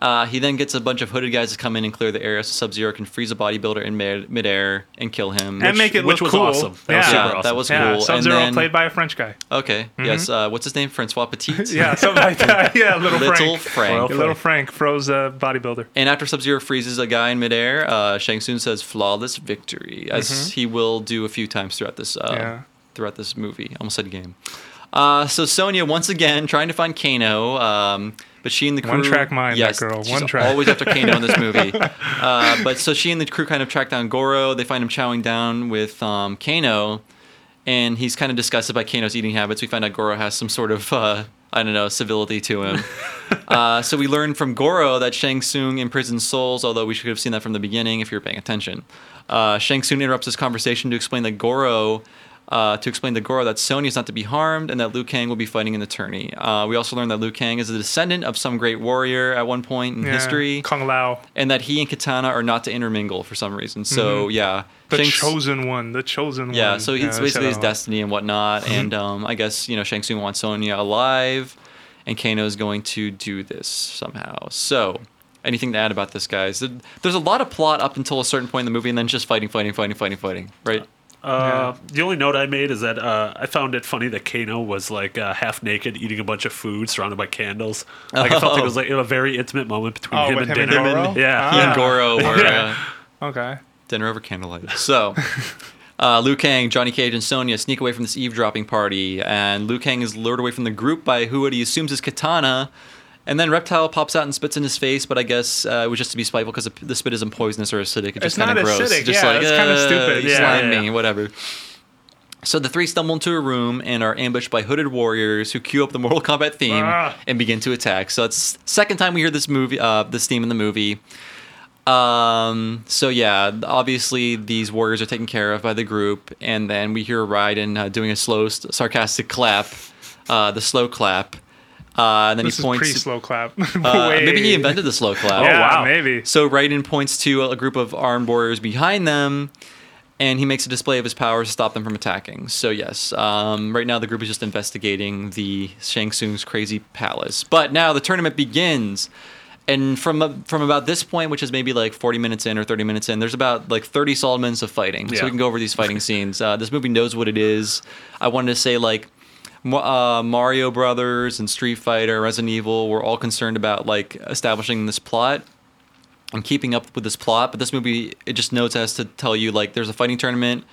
A: Uh, he then gets a bunch of hooded guys to come in and clear the area so Sub Zero can freeze a bodybuilder in mid- midair and kill him.
B: and make it
C: which was
B: look cool.
C: awesome. That
B: yeah,
C: was
A: yeah,
C: super
A: that
C: awesome.
A: was
B: yeah.
A: cool.
B: Sub
A: and
B: Zero
A: then,
B: played by a French guy.
A: okay, yes, uh, what's his name? Francois Petit.
B: Yeah, something like that. Yeah, Mm-hmm. little,
A: Little
B: Frank.
A: Frank.
B: Yeah, Little Frank, froze uh, bodybuilder.
A: And after Sub Zero freezes a guy in midair, uh, Shang Tsung says "flawless victory," as he will do a few times throughout this uh,
B: Mm-hmm. Yeah.
A: throughout this movie. Almost said game. Uh, so Sonya once again trying to find Kano, um, but she and the crew
B: One track mind, that
A: Yes,
B: girl.
A: she's
B: One track.
A: Always after Kano in this movie. Uh, but so she and the crew kind of track down Goro. They find him chowing down with um, Kano, and he's kind of disgusted by Kano's eating habits. We find out Goro has some sort of uh, I don't know civility to him. Uh, so we learn from Goro that Shang Tsung imprisons souls, although we should have seen that from the beginning if you were paying attention. Uh, Shang Tsung interrupts this conversation to explain that Goro uh, to explain to Goro that Sony is not to be harmed and that Liu Kang will be fighting an attorney. Uh, we also learned that Liu Kang is a descendant of some great warrior at one point in
B: Yeah.
A: history,
B: Kung Lao,
A: and that he and Katana are not to intermingle for some reason. So yeah,
B: Mm-hmm. the
A: Shang-
B: chosen one, the chosen one.
A: yeah, so he's
B: that's
A: basically his
B: how-
A: destiny and whatnot. and um, I guess you know Shang Tsung wants Sonya alive, and Kano is going to do this somehow. So, anything to add about this, guys? Th- There's a lot of plot up until a certain point in the movie, and then just fighting, fighting, fighting, fighting, fighting. Right?
C: Uh, The only note I made is that uh, I found it funny that Kano was like uh, half naked, eating a bunch of food, surrounded by candles. Like I felt like it was like a very intimate moment between
B: Oh,
C: him,
B: with
C: and
B: him and
C: dinner.
B: Goro?
C: yeah,
A: He and
B: Ah.
A: Goro were uh,
B: Okay.
A: dinner over candlelight. So. Uh, Liu Kang, Johnny Cage, and Sonya sneak away from this eavesdropping party, and Liu Kang is lured away from the group by who he assumes is Katana. And then Reptile pops out and spits in his face, but I guess uh, it was just to be spiteful because the spit isn't poisonous or acidic. It's just
B: not
A: kind of gross.
B: acidic,
A: Just
B: yeah,
A: like,
B: it's kinda
A: "Uh,
B: stupid."
A: you
C: Yeah,
A: slimed
C: yeah,
A: me,
C: yeah.
A: whatever. So the three stumble into a room and are ambushed by hooded warriors who cue up the Mortal Kombat theme
B: Ah.
A: and begin to attack. So it's second time we hear this movie, uh, this theme in the movie. Um, so yeah, obviously these warriors are taken care of by the group, and then we hear Raiden uh, doing a slow, s- sarcastic clap, uh, the slow clap, uh, and then
B: This
A: he
B: is
A: points.
B: pre slow clap.
A: uh,
B: Way-
A: maybe he invented the slow clap.
C: Oh,
B: Yeah,
C: wow.
B: maybe.
A: So Raiden points to a group of armed warriors behind them, and he makes a display of his powers to stop them from attacking. So yes, um, right now the group is just investigating the Shang Tsung's crazy palace. But now the tournament begins, and from uh, from about this point, which is maybe like 40 minutes in or 30 minutes in, there's about like 30 solid minutes of fighting. So
C: Yeah.
A: we can go over these fighting scenes. Uh, this movie knows what it is. I wanted to say like. Ma- uh, Mario Brothers and Street Fighter, Resident Evil were all concerned about like establishing this plot and keeping up with this plot. But this movie, it just notes has to tell you like there's a fighting tournament.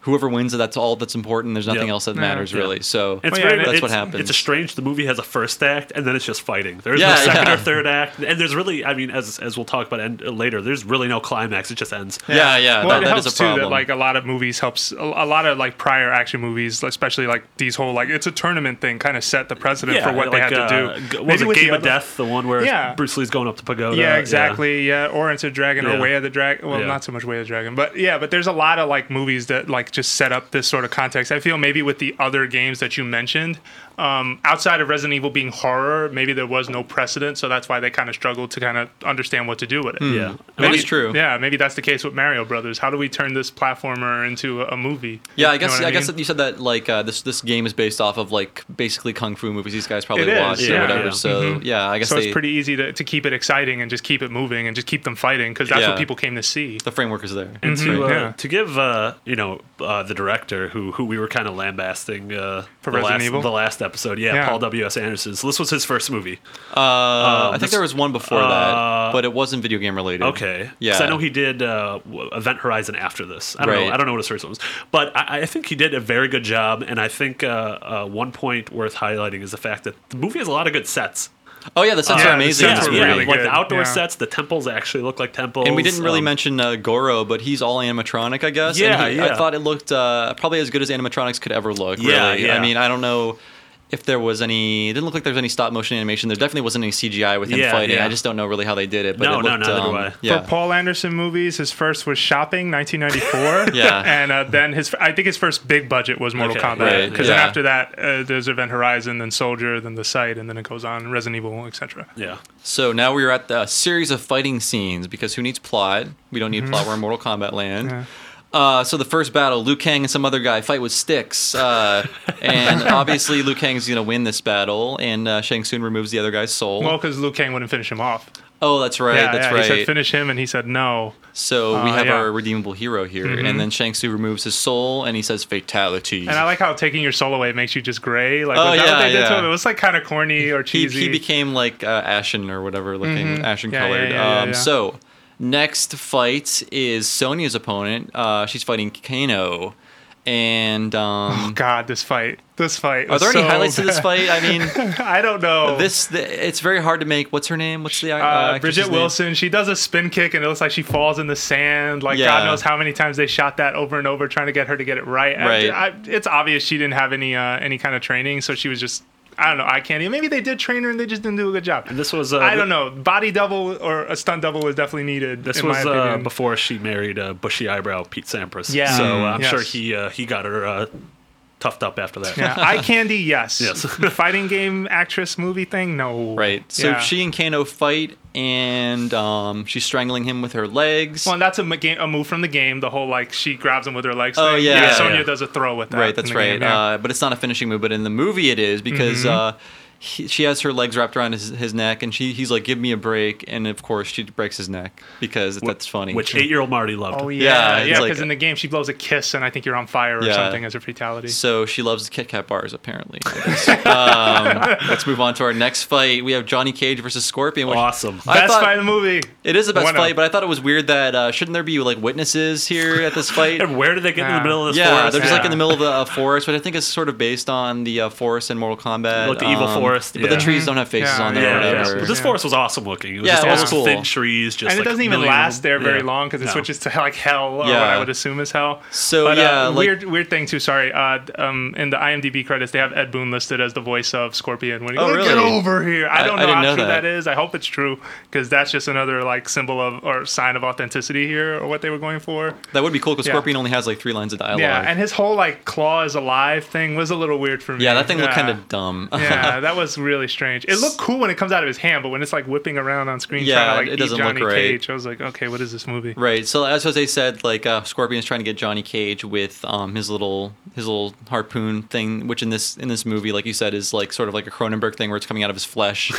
A: Whoever wins, that's all that's important. There's nothing
C: Yep.
A: else that matters
C: yeah.
A: really. So
C: It's
B: Well, yeah,
C: very,
A: that's
C: it's,
A: what happens.
C: It's a strange. The movie has a first act, and then it's just fighting. There's
A: Yeah,
C: no second
A: yeah.
C: or third act, and there's really, I mean, as as we'll talk about end, uh, later, there's really no climax. It just ends.
A: yeah, yeah,
B: Well,
A: that,
B: it
A: that is
B: helps
A: a
B: too
A: problem.
B: that like a lot of movies helps a, a lot of like prior action movies, especially like these whole like it's a tournament thing, kind of set the precedent for what
C: like,
B: they had
C: uh,
B: to
C: g-
B: do.
C: What was
B: Maybe
C: it
B: with
C: Game
B: the
C: of
B: other-
C: Death? The one where
B: Yeah.
C: Bruce Lee's going up to pagoda.
B: Yeah, exactly. Yeah, or Into the Dragon
C: uh, Yeah.
B: or Way of the Dragon. Well,
C: Yeah.
B: not so much Way of the Dragon, but yeah, but there's a lot of like movies that like just set up this sort of context. I feel maybe with the other games that you mentioned, um, outside of Resident Evil being horror, maybe there was no precedent, so that's why they kind of struggled to kind of understand what to do with it.
C: Yeah. yeah.
A: That is true.
B: Yeah, maybe that's the case with Mario Brothers. How do we turn this platformer into a, a movie?
A: yeah, I
B: You know
A: guess
B: what
A: I, guess
B: mean?
A: that you said that like uh, this this game is based off of like basically kung fu movies these guys probably
B: It is, Mm-hmm.
A: watched or
C: yeah,
A: whatever.
C: yeah.
A: So yeah, I guess
B: so
A: they,
B: it's pretty easy to, to keep it exciting and just keep it moving and just keep them fighting because that's
A: Yeah.
B: what people came to see.
A: the framework is there.
C: to, uh,
B: Mm-hmm. Yeah.
C: to give uh, you know uh, the director who who we were kind of lambasting uh,
B: For
C: the
B: Resident
C: last,
B: Evil?
C: the last episode yeah,
B: Yeah.
C: Paul W S Anderson so this was his first movie
A: Uh, I
B: Um,
A: think
C: this-
A: there was one before
C: uh,
A: that, but it wasn't video game related.
C: okay 'Cause
A: Yeah.
C: I know he did uh, w- Event Horizon after this I don't
A: Right.
C: know I don't know what his first one was but I, I think he did a very good job and I think uh, uh, one point worth highlighting is the fact that the movie has a lot of good sets
A: Oh yeah, the sets
B: Yeah,
A: are
B: the
A: amazing. in
B: sets
A: this
B: were
A: movie.
B: really
C: like
B: good,
C: the outdoor
B: yeah.
C: sets the temples actually look like temples
A: And we didn't really
C: um,
A: mention uh, Goro, but he's all animatronic, I guess.
C: Yeah,
A: and he, I
C: yeah.
A: thought it looked uh, probably as good as animatronics could ever look.
C: Yeah,
A: really. I
C: yeah.
A: mean, I don't know if there was any. It didn't look like there was any stop motion animation. There definitely wasn't any CGI with him
C: Yeah,
A: fighting.
C: yeah.
A: I just don't know really how they did it. But
C: No,
A: it
C: no,
A: looked,
C: neither
A: um,
C: do I. For
A: Yeah.
B: For Paul Anderson movies, his first was Shopping, 1994.
A: Yeah.
B: And uh, then his, I think his first big budget was Mortal
C: Okay,
B: Kombat.
A: right,
B: Because
A: yeah.
B: then after that, uh, there's Event Horizon, then Soldier, then The Sight, and then it goes on Resident Evil, etc.
C: yeah
A: So now we're at the series of fighting scenes because who needs plot? We don't need
C: Mm-hmm.
A: plot. We're in Mortal Kombat land. Uh, so the first battle, Liu Kang and some other guy fight with sticks, uh, and obviously Liu Kang's gonna win this battle, and uh, Shang Tsung removes the other guy's soul.
B: Well, because Liu Kang wouldn't finish him off.
A: oh, that's right,
B: yeah,
A: that's
B: yeah,
A: right.
B: He said finish him, and he said no.
A: So we
B: Uh,
A: have
B: yeah. Mm-hmm.
A: our redeemable hero here, and then Shang Tzu removes his soul, and he says fatality.
B: And I like how taking your soul away makes you just gray. Like,
A: Oh,
B: was that
A: yeah,
B: what they did
A: yeah.
B: to him? It was like kind of corny or
A: he,
B: cheesy.
A: he became like uh, ashen or whatever looking, ashen
B: Mm-hmm. Yeah, yeah,
A: colored.
B: yeah, yeah,
A: um,
B: yeah.
A: So next fight is Sonya's opponent. Uh, she's fighting Kano, and um,
B: God, this fight. This fight.
A: are there
B: was
A: any
B: Oh, so
A: highlights of this
B: bad.
A: fight? I mean,
B: I don't know.
A: this the, it's very hard to make. What's her name? What's the uh,
B: uh,
A: actress's
B: Bridget
A: name?
B: Wilson, she does a spin kick and it looks like she falls in the sand. Like
A: Yeah.
B: God knows how many times they shot that over and over, trying to get her to get it right. And
A: Right.
B: I, it's obvious she didn't have any uh, any kind of training, so she was just I don't know. I can't even. Maybe they did train her and they just didn't do a good job.
C: This was, uh,
B: I don't know. Body double or a stunt double was definitely needed.
C: This
B: in
C: was
B: my
C: uh,
B: opinion.
C: before she married uh, bushy eyebrow Pete Sampras.
B: Yeah.
C: So uh,
B: Mm,
C: I'm
B: yes.
C: sure he uh, he got her uh, toughed up after that.
B: Yeah, eye candy, yes.
C: Yes.
B: Fighting game actress movie thing, no.
A: Right. So
B: Yeah.
A: she and Kano fight, and um, she's strangling him with her legs.
B: Well, and that's a, ma- game, a move from the game. The whole like she grabs him with her legs.
A: Oh,
B: thing.
A: yeah, yeah.
B: Sonya does a throw with that.
A: right.
B: in
A: That's
B: the
A: right.
B: game, yeah.
A: uh, but it's not a finishing move. But in the movie, it is
C: Mm-hmm.
A: because uh, he, she has her legs wrapped around his, his neck, and she he's like, "Give me a break," and of course she breaks his neck because that's funny.
C: Which eight year old Marty loved.
B: oh
A: yeah,
B: yeah,
A: it's
B: yeah. Because
A: like-
B: in the game she blows a kiss, and I think you're on fire or
A: Yeah.
B: something as her fatality.
A: So she loves Kit Kat bars, apparently. I guess. um, let's move on to our next fight. We have Johnny Cage versus Scorpion. Which
C: Awesome.
A: I
B: Best
A: thought-
B: fight in the movie.
A: It is the best
B: One of-
A: fight, but I thought it was weird that uh, shouldn't there be like witnesses here at this fight?
C: and where did they get in the
B: Yeah.
C: middle of this
A: yeah,
C: forest?
A: they're just like
B: yeah.
A: in the middle of the uh, forest, which I think is sort of based on the uh, forest in Mortal Kombat. um,
C: Like the evil forest,
A: but the
C: yeah.
A: trees don't have faces
B: Yeah,
A: on
C: yeah,
A: them or
C: yeah.
A: whatever.
C: But this forest was awesome looking. It was
A: Yeah,
C: just
A: it
C: all
A: was
C: those
A: cool.
C: thin trees. Just
B: and
C: like
B: it doesn't even
C: millions of
B: last
C: them.
B: there very
C: Yeah.
B: long because it
C: No.
B: switches to like hell or what
A: Yeah.
B: I would assume is hell.
A: So,
B: But,
A: yeah,
B: uh,
A: like-
B: weird weird thing too. Sorry, uh, d- um, in the IMDb credits they have Ed Boon listed as the voice of Scorpion. When he
A: Oh,
B: goes, Get
A: really?
B: over here! I
A: I-
B: don't
A: I
B: know
A: didn't
B: how
A: know
B: true
A: that.
B: that is. I hope it's true because that's just another like symbol of or sign of authenticity here or what they were going for.
A: that would be cool because
B: Yeah.
A: Scorpion only has like three lines of dialogue.
B: Yeah, and his whole like claw is alive thing was a little weird for me.
A: Yeah, that thing looked
B: Yeah.
A: kind of dumb.
B: yeah, that was really strange. It looked cool when it comes out of his hand, but when it's like whipping around on screen
A: Yeah,
B: trying to like
A: it
B: eat
A: doesn't look
B: Johnny
A: right.
B: Cage, I was like, okay, what is this movie?
A: Right. So as Jose said, like uh, Scorpion's trying to get Johnny Cage with um, his little his little harpoon thing, which in this in this movie, like you said, is like sort of like a Cronenberg thing where it's coming out of his flesh.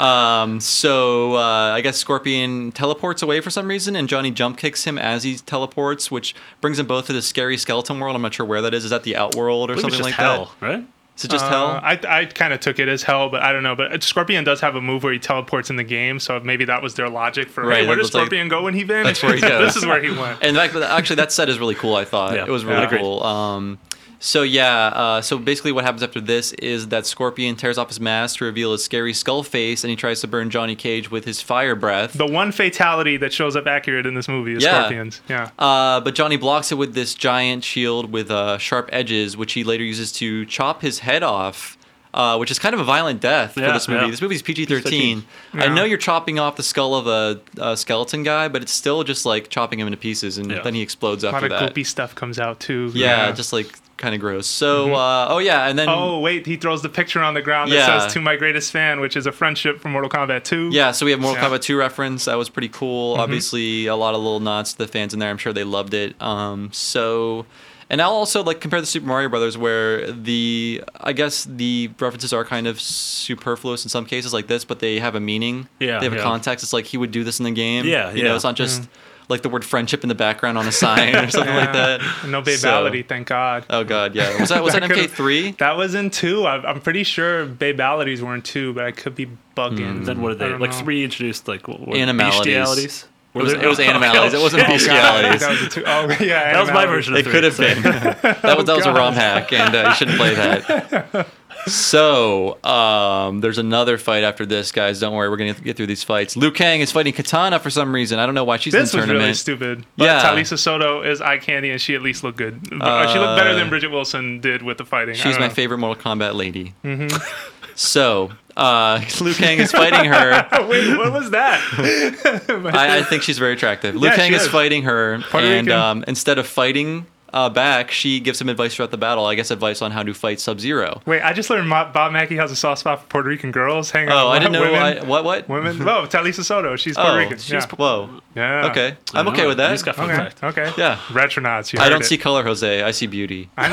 A: um, so uh, I guess Scorpion teleports away for some reason, and Johnny jump kicks him as he teleports, which brings them both to this scary skeleton world. I'm not sure where that is. Is that the Outworld or
C: I believe it's
A: something
C: just
A: like
C: hell,
A: that?
C: right?
A: Is it just
B: Uh,
A: hell?
B: I, I kind of took it as hell, but I don't know. But uh, Scorpion does have a move where he teleports in the game, so maybe that was their logic for
A: Right,
B: hey, where
A: that
B: does
A: was like-
B: Scorpion go when he
A: That's
B: vanishes?
A: where he goes.
B: this is where he went.
A: And that, actually, that set is really cool. I thought
C: Yeah.
A: it was
C: Yeah,
A: really
C: agreed.
A: cool. Um, so yeah, uh, so basically, what happens after this is that Scorpion tears off his mask to reveal his scary skull face, and he tries to burn Johnny Cage with his fire breath.
B: The one fatality that shows up accurate in this movie is
A: Yeah.
B: Scorpion's. Yeah.
A: Uh, but Johnny blocks it with this giant shield with uh, sharp edges, which he later uses to chop his head off. Uh, which is kind of a violent death for
C: Yeah,
A: this movie.
C: yeah.
A: This movie's PG thirteen. I
B: Yeah.
A: know you're chopping off the skull of a, a skeleton guy, but it's still just like chopping him into pieces, and
C: Yeah.
A: then he explodes
B: a lot
A: after
B: of
A: that.
B: goopy stuff comes out too.
A: Yeah, just like kind of gross. So, uh, oh yeah, and then
B: Oh wait, he throws the picture on the ground that
A: Yeah.
B: says "To my greatest fan," which is a friendship from Mortal Kombat 2.
A: yeah, so we have Mortal
B: Yeah.
A: Kombat 2 reference. That was pretty cool. Obviously, a lot of little nods to the fans in there. I'm sure they loved it. Um, so, and I'll also like compare the Super Mario Brothers, where the I guess the references are kind of superfluous in some cases, like this, but they have a meaning.
C: Yeah,
A: they have a
C: yeah.
A: context. It's like he would do this in the game.
C: Yeah,
A: you
C: yeah.
A: know, it's not just like the word friendship in the background on a sign or something like
B: Yeah.
A: that.
B: No
A: So-
B: babality, thank God.
A: oh god, yeah. Was that was that,
B: That could've-
A: MK3?
B: That was in two. I, I'm pretty sure babalities were in two, but I could be bugging.
A: Hmm.
C: Then what did
B: Mm. I
C: they
B: don't
C: like?
B: know.
C: Three introduced like what, what,
A: Animalities.
C: bestialities?
A: It was,
C: Were
A: it was
C: there-
A: animalities. It wasn't
B: Oh, God, I think
A: bestialities.
B: that was a two. Oh, yeah,
C: That was my
B: animalities.
C: version of
A: It
C: three.
A: could have
C: so-
A: been. That was that was a ROM hack, and uh, you shouldn't play that. So um, there's another fight after this, guys. Don't worry, we're gonna get through these fights. Liu Kang is fighting Katana for some reason. I don't know why she's
B: This
A: in the
B: was
A: tournament.
B: really stupid. But
A: Yeah.
B: Talisa Soto is eye candy, and she at least looked good. Uh, she looked better than Bridget Wilson did with the fighting. I
A: She's
B: don't
A: my
B: know.
A: favorite Mortal Kombat lady.
B: Mm-hmm.
A: so uh, Liu Kang is fighting her.
B: Wait, what was that?
A: I, I think she's very attractive. Liu
B: Yeah,
A: Kang
B: she
A: is,
B: is.
A: fighting her,
B: Puerto
A: and
B: Rican.
A: um, instead of fighting uh, back, she gives him advice throughout the battle. I guess advice on how to fight Sub Zero.
B: Wait, I just learned Ma- Bob Mackey has a soft spot for Puerto Rican girls. Hang on.
A: Oh, I didn't know. why-
B: Women,
A: what? What?
B: women. Well, Talisa Soto. She's Puerto
A: Oh,
B: Rican.
A: she's
B: yeah.
A: whoa.
B: yeah.
A: Okay, I'm
C: I
A: okay
C: know.
A: with that.
C: You just got fun
B: Okay.
C: fact.
B: Okay.
A: Yeah.
B: Retronauts. You
A: I
B: heard
A: don't
B: it.
A: see color, Jose. I see beauty.
B: I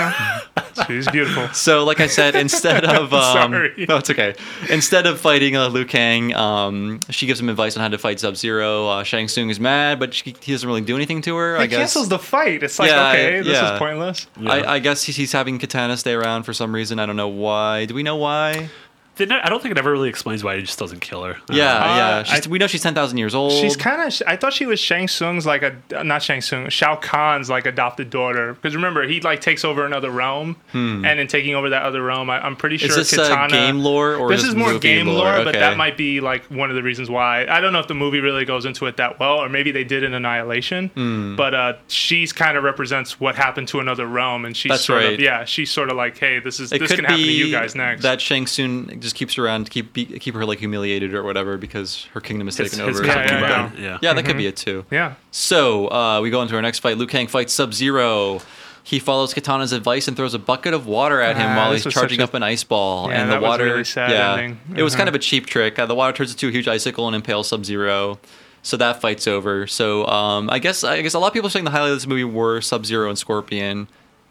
B: know. She's beautiful.
A: So, like I said, instead of um,
B: Sorry.
A: no, it's okay. Instead of fighting uh, Liu Kang, um, she gives him advice on how to fight Sub Zero. Uh, Shang Tsung is mad, but she, he doesn't really do anything to her. I
B: He
A: guess.
B: cancels the fight. It's like,
A: Yeah,
B: okay, this
A: yeah.
B: is pointless.
A: I, I guess he's, he's having Katana stay around for some reason. I don't know why. Do we know why?
C: They ne- I don't think it ever really explains why he just doesn't kill her. Uh,
A: Yeah,
B: Uh,
A: yeah. She's,
B: I-
A: we know she's ten thousand years old.
B: She's kind of. I thought she was Shang Tsung's like a not Shang Tsung, Shao Kahn's like adopted daughter. Because remember, he like takes over another realm, and in taking over that other realm, I, I'm pretty sure
A: Hmm. Is this uh,
B: Kitana.
A: game lore or
B: this is more
A: movie
B: game lore, but that
A: Okay.
B: might be like one of the reasons why. I don't know if the movie really goes into it that well, or maybe they did in Annihilation.
A: Hmm.
B: But uh, she's kind of represents what happened to another realm, and she's
A: That's
B: sort
A: right.
B: of yeah, she's sort of like, hey, this is
A: It
B: this
A: could
B: can
A: be
B: happen to you guys next.
A: that Shang Tsung just keeps around to keep be, keep her like humiliated or whatever because her kingdom is
C: his-
A: taken
C: his
A: over.
B: Yeah, yeah,
C: concubine.
B: yeah.
C: yeah.
A: Yeah, that could be it too.
B: yeah,
A: So uh, we go into our next fight. Liu Kang fights Sub Zero. He follows Katana's advice and throws a bucket of water at him
B: Ah,
A: while
B: this
A: he's
B: was such
A: charging
B: a-
A: up an ice ball.
B: Yeah,
A: and the
B: that was
A: water,
B: really sad
A: yeah,
B: ending.
A: it was kind
B: Uh-huh.
A: of a cheap trick. Uh, the water turns into a huge icicle and impales Sub Zero. So that fight's over. So um, I guess I guess a lot of people saying the highlight of this movie were Sub Zero and Scorpion.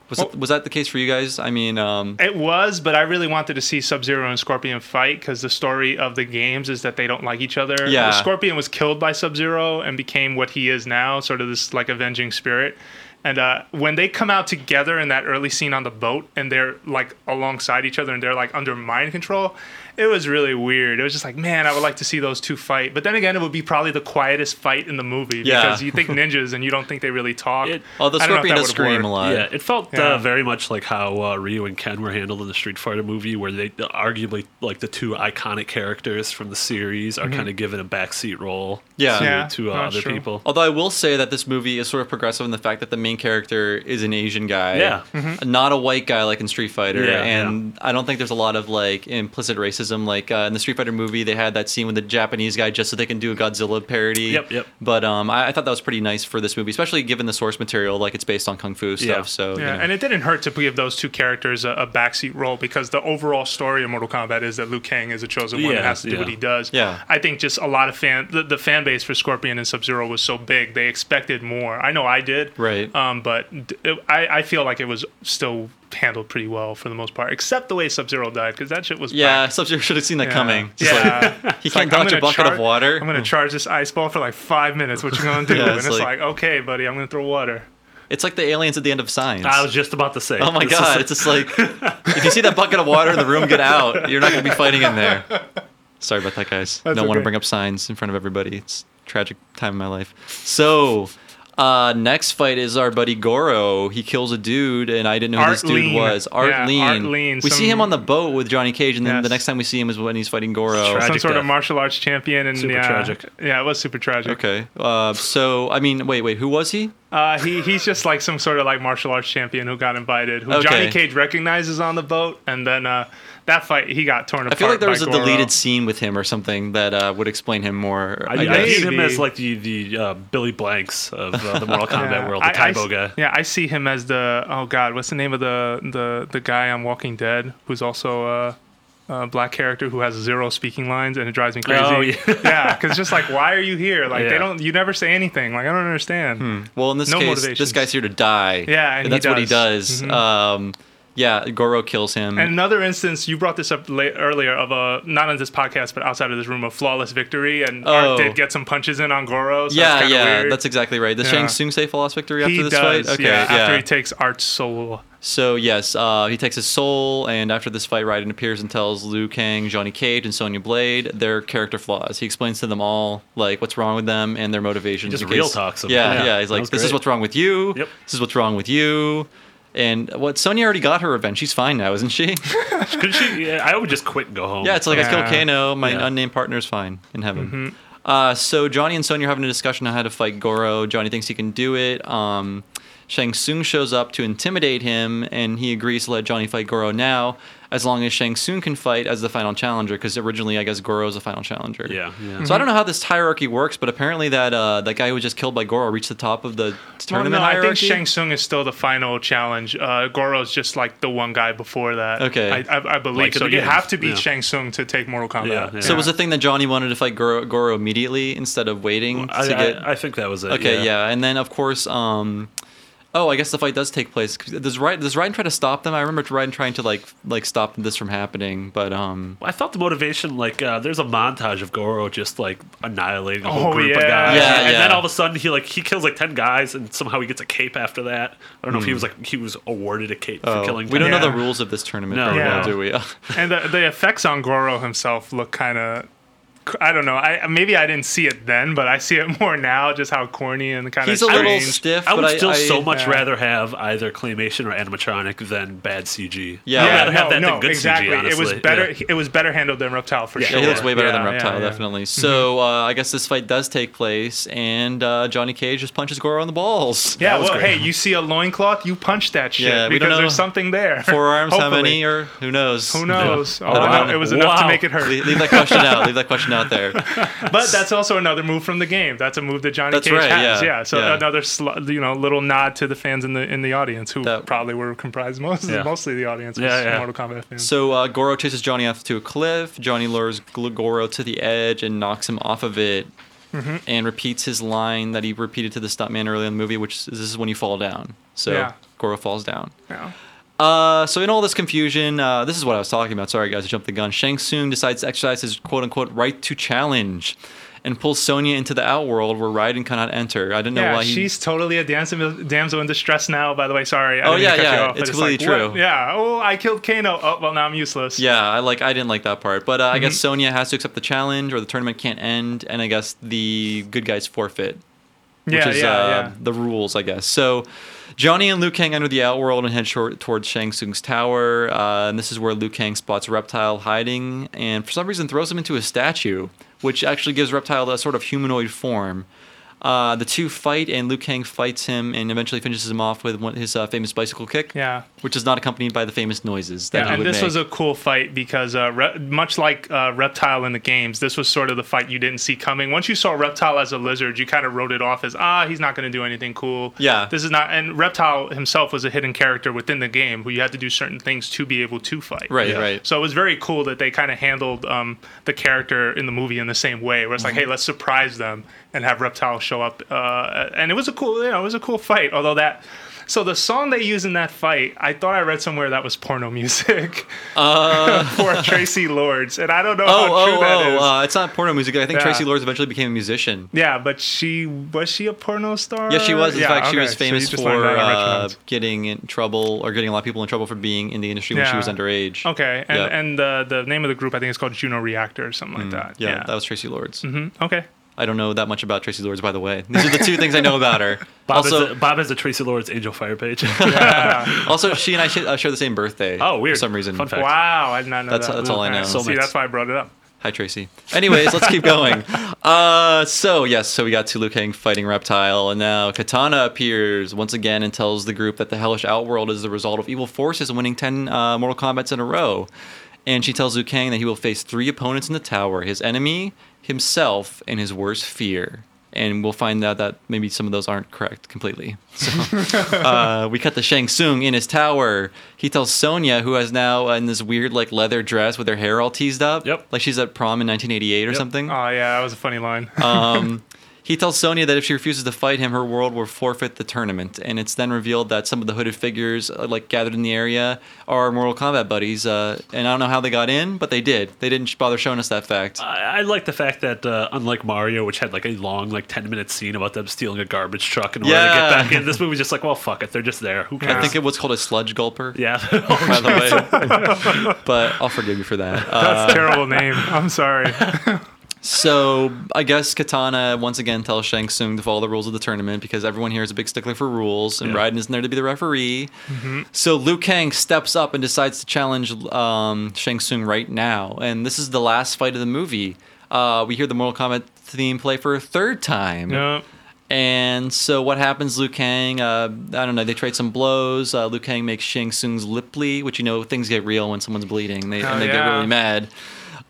A: Was, that, was that the case for you guys? I mean, um,
B: It was, but I really wanted to see Sub Zero and Scorpion fight because the story of the games is that they don't like each other.
A: Yeah.
B: Scorpion was killed by Sub Zero and became what he is now, sort of this like avenging spirit. And uh, when they come out together in that early scene on the boat and they're like alongside each other and they're like under mind control, it was really weird. It was just like, man, I would like to see those two fight. But then again, it would be probably the quietest fight in the movie
A: Yeah.
B: because you think ninjas and you don't think they really talk.
C: It-
A: although
B: I don't know if
A: Scorpion
B: that
A: does
B: would've
A: scream
B: worked.
A: a lot.
C: yeah, it felt
B: Yeah.
C: Uh, very much like how uh, Ryu and Ken were handled in the Street Fighter movie, where they arguably like the two iconic characters from the series are kind of given a backseat role.
A: Yeah. Oh,
C: to,
B: Mm-hmm. Yeah,
C: to uh,
B: that's
C: other
B: true.
C: people.
A: Although I will say that this movie is sort of progressive in the fact that the main character is an Asian guy,
C: Yeah.
B: Mm-hmm.
A: not a white guy like in Street Fighter,
C: Yeah,
A: and I don't think there's a lot of like implicit racism. Like uh, in the Street Fighter movie, they had that scene with the Japanese guy just so they can do a Godzilla parody.
C: Yep, yep.
A: But um, I, I thought that was pretty nice for this movie, especially given the source material, like it's based on kung fu stuff.
C: Yeah.
A: So
B: Yeah,
A: you know.
B: and it didn't hurt to give those two characters a, a backseat role because the overall story of Mortal Kombat is that Liu Kang is a chosen one
C: Yeah,
B: and has to do
C: yeah.
B: what he does.
A: Yeah.
B: I think just a lot of fan the, the fan base for Scorpion and Sub Zero was so big they expected more. I know I did.
A: Right.
B: Um, but d- it- I I feel like it was still handled pretty well for the most part, except the way Sub Zero died because that shit was
A: yeah,
B: whack.
A: Sub Zero should have seen that coming. Just like,
B: yeah.
A: he can't
B: It's like, I'm
A: dodge a
B: gonna
A: bucket of
B: char-
A: water. Hmm.
B: I'm gonna charge this ice ball for like five minutes. What you gonna do?
A: Yeah,
B: and
A: it's
B: it's
A: like-
B: like, okay, buddy, I'm gonna throw water.
A: It's like the aliens at the end of Signs.
C: I was just about to say.
A: Oh my
C: this is
A: god!
C: a-
A: It's just like if you see that bucket of water in the room, get out. You're not going to be fighting in there. Sorry about that, guys.
B: That's
A: Don't want to
B: okay.
A: bring up signs in front of everybody. It's a tragic time in my life. So, uh, next fight is our buddy Goro. He kills a dude, and I didn't know who this dude
B: Art Lean.
A: was. Art
B: Yeah,
A: Lean.
B: Art Lean,
A: We see him
B: some-
A: on the boat with Johnny Cage, and then the
B: Yes.
A: next time we see him is when he's fighting Goro.
C: Tragic
B: Oh, Some sort
C: death.
B: of martial arts champion and
C: Super
B: yeah,
C: tragic.
B: Yeah, it was super tragic.
A: Okay. Uh, so, I mean, wait, wait. Who was he?
B: Uh, he he's just like some sort of like martial arts champion who got invited, who
A: Okay.
B: Johnny Cage recognizes on the boat, and then uh, that fight he got torn
A: I
B: apart.
A: feel like there
B: by
A: was a
B: Goro.
A: deleted scene with him or something that uh, would explain him more.
C: I, I,
A: guess.
C: viewed him
B: Maybe.
C: as like the the uh, Billy Blanks of uh, the Mortal Kombat
B: Yeah.
C: world, the
B: I- I
C: Kaibo
B: s-
C: guy.
B: Yeah, I see him as the oh god, what's the name of the the the guy on Walking Dead who's also a, a black character who has zero speaking lines and it drives me crazy.
C: Oh, yeah.
B: because just like why are you here? Like
C: Yeah.
B: they don't you never say anything. Like I don't understand.
A: Well, in this
B: No
A: case, this
B: motivations.
A: guy's here to die.
B: Yeah, and he
A: that's what he
B: does. Mm-hmm.
A: does. Um, yeah, Goro kills him.
B: And another instance, you brought this up la- earlier of a not on this podcast, but outside of this room of flawless victory, and
A: Oh.
B: Art did get some punches in on Goro. So
A: yeah,
B: that's
A: yeah,
B: weird.
A: that's exactly right. Does
B: Yeah.
A: Shang Tsung say false victory after
B: he
A: this
B: does.
A: fight? Okay,
B: yeah,
A: yeah.
B: after he takes Art's soul.
A: so yes, uh, he takes his soul, and after this fight, Raiden appears and tells Liu Kang, Johnny Cage, and Sonya Blade their character flaws. He explains to them all like what's wrong with them and their motivations.
C: just
A: in
C: real
A: case-
C: talks them.
A: Yeah, yeah,
C: Yeah,
A: He's
C: that
A: like,
C: was
A: this is
C: great.
A: what's wrong with you.
C: Yep.
A: This is what's wrong with you. And what Sonya already got her revenge. She's fine now, isn't she?
C: Could she? Yeah, I would just quit and go home.
A: Yeah, it's like I
B: Yeah. Mm-hmm.
A: killed Kano. My
C: Yeah.
A: unnamed partner's fine in heaven. Uh, so Johnny and Sonya are having a discussion on how to fight Goro. Johnny thinks he can do it. Um, Shang Tsung shows up to intimidate him, and he agrees to let Johnny fight Goro now, as long as Shang Tsung can fight as the final challenger. Because originally, I guess Goro is the final challenger.
C: Yeah, yeah.
B: Mm-hmm.
A: So I don't know how this hierarchy works, but apparently that uh, that guy who was just killed by Goro reached the top of the tournament
B: Well, no, I
A: hierarchy.
B: think Shang Tsung is still the final challenge. Uh, Goro's just like the one guy before that.
A: Okay.
B: I, I, I believe
C: Like in
B: so.
C: the
B: You
C: games.
B: have to beat
C: Yeah.
B: Shang Tsung to take Mortal Kombat.
C: Yeah, yeah.
A: so was the thing that Johnny wanted to fight Goro, Goro immediately instead of waiting
C: I,
A: to get
C: I, I think that was it.
A: Okay,
C: yeah.
A: yeah. and then of course, um, Oh, I guess the fight does take place. Does Raiden, does Raiden try to stop them? I remember Raiden trying to like like stop this from happening, but um,
C: I thought the motivation, like, uh, there's a montage of Goro just like annihilating a whole
B: Oh,
C: group of
B: yeah.
C: guys,
A: Yeah,
C: and then
A: yeah.
C: all of a sudden he like he kills like ten guys, and somehow he gets a cape after that. I don't know if he was like he was awarded a cape for
A: Hmm. oh,
C: killing.
A: we don't
C: 10
A: know the
B: Yeah.
A: rules of this tournament
C: No.
A: very
B: Yeah.
A: well, do we?
B: and the, the effects on Goro himself look kind of. I don't know. I maybe I didn't see it then, but I see it more now. Just how corny and kind
A: He's a
B: of
A: little stiff.
C: I would
A: but
C: still
A: I,
C: so much
B: yeah.
C: rather have either claymation or animatronic than bad CG.
A: Yeah.
C: I'd
A: Yeah,
C: rather have that than good
B: exactly.
C: CG.
B: it
C: honestly.
B: was better.
C: Yeah.
B: It was better handled than Reptile for
A: Yeah,
B: sure.
A: he looks way better than
B: Yeah,
A: Reptile,
B: yeah, Mm-hmm. yeah.
A: definitely. So uh, I guess this fight does take place, and uh, Johnny Cage just punches Goro in the balls.
B: Yeah,
C: was
B: well,
C: great.
B: hey, you see a loincloth, you punch that shit
A: Yeah, we don't
B: because
A: know.
B: there's something there.
A: Forearms, how
B: Hopefully.
A: many, or who knows?
B: Who knows?
A: I
B: Although
A: don't know.
B: it was enough
C: Wow.
B: to make it hurt.
A: leave, leave that question out. Leave that question out there.
B: But that's also another move from the game. That's a move that Johnny
A: That's
B: Cage
A: right,
B: has.
A: yeah,
B: Yeah. So
A: yeah.
B: another sl- you know little nod to the fans in the in the audience who
A: That-
B: probably were comprised most
C: Yeah.
B: mostly the audience was
C: Yeah, yeah.
B: Mortal Kombat fans.
A: So uh, Goro chases Johnny off to a cliff. Johnny lures Gl- Goro to the edge and knocks him off of it,
B: Mm-hmm.
A: and repeats his line that he repeated to the stuntman earlier in the movie, which is, "This is when you fall down." So
B: Yeah.
A: Goro falls down.
B: yeah.
A: Uh, so in all this confusion, uh, this is what I was talking about. Sorry, guys, I jumped the gun. Shang Tsung decides to exercise his quote unquote right to challenge, and pulls Sonya into the outworld where Raiden cannot enter. I didn't know
B: Yeah,
A: why he.
B: she's totally a damsel, damsel in distress now. By the way, sorry. I
A: Oh,
B: didn't
A: yeah,
B: cut
A: yeah,
B: You off.
A: it's
B: just like,
A: completely
B: what?
A: true.
B: Yeah. Oh, I killed Kano. Oh, well, now I'm useless.
A: Yeah, I like I didn't like that part, but uh, I
B: Mm-hmm.
A: guess Sonya has to accept the challenge, or the tournament can't end, and I guess the good guys forfeit, which
B: Yeah.
A: is
B: yeah.
A: uh,
B: yeah.
A: the rules, I guess. So Johnny and Liu Kang enter the outworld and head short towards Shang Tsung's tower, uh, and this is where Liu Kang spots Reptile hiding, and for some reason throws him into a statue, which actually gives Reptile a sort of humanoid form. Uh, the two fight, and Liu Kang fights him, and eventually finishes him off with one, his uh, famous bicycle kick.
B: Yeah.
A: which is not accompanied by the famous noises that
B: Yeah,
A: he
B: and
A: would
B: this
A: make.
B: was a cool fight because uh, re- much like uh, Reptile in the games, this was sort of the fight you didn't see coming. Once you saw Reptile as a lizard, you kind of wrote it off as ah, he's not going to do anything cool.
A: Yeah.
B: this is not. And Reptile himself was a hidden character within the game who you had to do certain things to be able to fight.
A: Right, right.
B: So it was very cool that they kind of handled um, the character in the movie in the same way, where it's like, hey,
A: Mm-hmm.
B: let's surprise them and have Reptile show up. Uh, and it was a cool, you know, it was a cool fight. Although that, so the song they use in that fight, I thought I read somewhere that was porno music for Tracy Lords, and I don't know
A: Uh. Oh,
B: how true
A: oh,
B: that is.
A: oh! Uh, it's not porno music. I think
B: Yeah.
A: Tracy Lords eventually became a musician.
B: yeah, but she was she a porno star?
A: Yeah, she was. In
B: Uh, Yeah,
A: fact, she
B: okay,
A: was
B: so you
A: famous
B: just
A: for
B: learned that on
A: uh,
B: Richmond.
A: getting in trouble or getting a lot of people in trouble for being in the industry when she
B: Yeah.
A: was underage.
B: Okay, and
A: Yeah. Mm,
B: and uh, the name of the group I think is called Juno Reactor or something like that.
A: Yeah, that was Tracy Lords.
B: Mhm, okay.
A: I don't know that much about Tracy Lords, by the way. These are the two things I know about her.
C: Bob,
A: also,
C: has a, Bob has a Tracy Lords Angel Fire page.
A: also, she and I sh- uh, share the same birthday.
C: Oh, weird.
A: For some reason.
C: Fun fact.
B: Wow, I did not know
A: That's-
B: that.
A: that's all I know.
B: See,
C: Soulmates.
B: that's why I brought it up.
A: Hi, Tracy. Anyways, let's keep going. Uh, so yes, so we got to Liu Kang fighting Reptile, and now Katana appears once again and tells the group that the hellish outworld is the result of evil forces winning ten uh, Mortal Kombat's in a row. And she tells Liu Kang that he will face three opponents in the tower: his enemy, himself, and his worst fear. And we'll find out that maybe some of those aren't correct completely. Uh, we cut to Shang Tsung in his tower. He tells Sonya, who has now uh, in this weird like leather dress with her hair all teased up,
C: Yep.
A: like she's at prom in 1988 or
C: Yep. Uh.
A: something.
B: Oh yeah, that was a funny line.
A: Um, he tells Sonya that if she refuses to fight him, her world will forfeit the tournament. And it's then revealed that some of the hooded figures uh, like gathered in the area are Mortal Kombat buddies. Uh, and I don't know how they got in, but they did. They didn't bother showing us that fact.
C: I, I like the fact that uh, unlike Mario, which had like a long, like ten minute scene about them stealing a garbage truck in order
A: Yeah.
C: to get back in, this movie's just like, well, fuck it, they're just there. Who cares?
A: I think it was called a sludge gulper.
C: yeah.
A: By the way, but I'll forgive you for that. Uh,
B: That's a terrible name. I'm sorry.
A: So I guess Katana once again tells Shang Tsung to follow the rules of the tournament because everyone here is a big stickler for rules, and
C: Yeah.
A: Raiden isn't there to be the referee. So Liu Kang steps up and decides to challenge um, Shang Tsung right now, and this is the last fight of the movie. Uh, we hear the Mortal Kombat theme play for a third time.
B: no.
A: And so what happens, Liu Kang? Uh, I don't know. They trade some blows. Uh, Liu Kang makes Shang Tsung's lip bleed, which you know things get real when someone's bleeding, they,
B: Oh,
A: and they get
B: yeah.
A: really mad.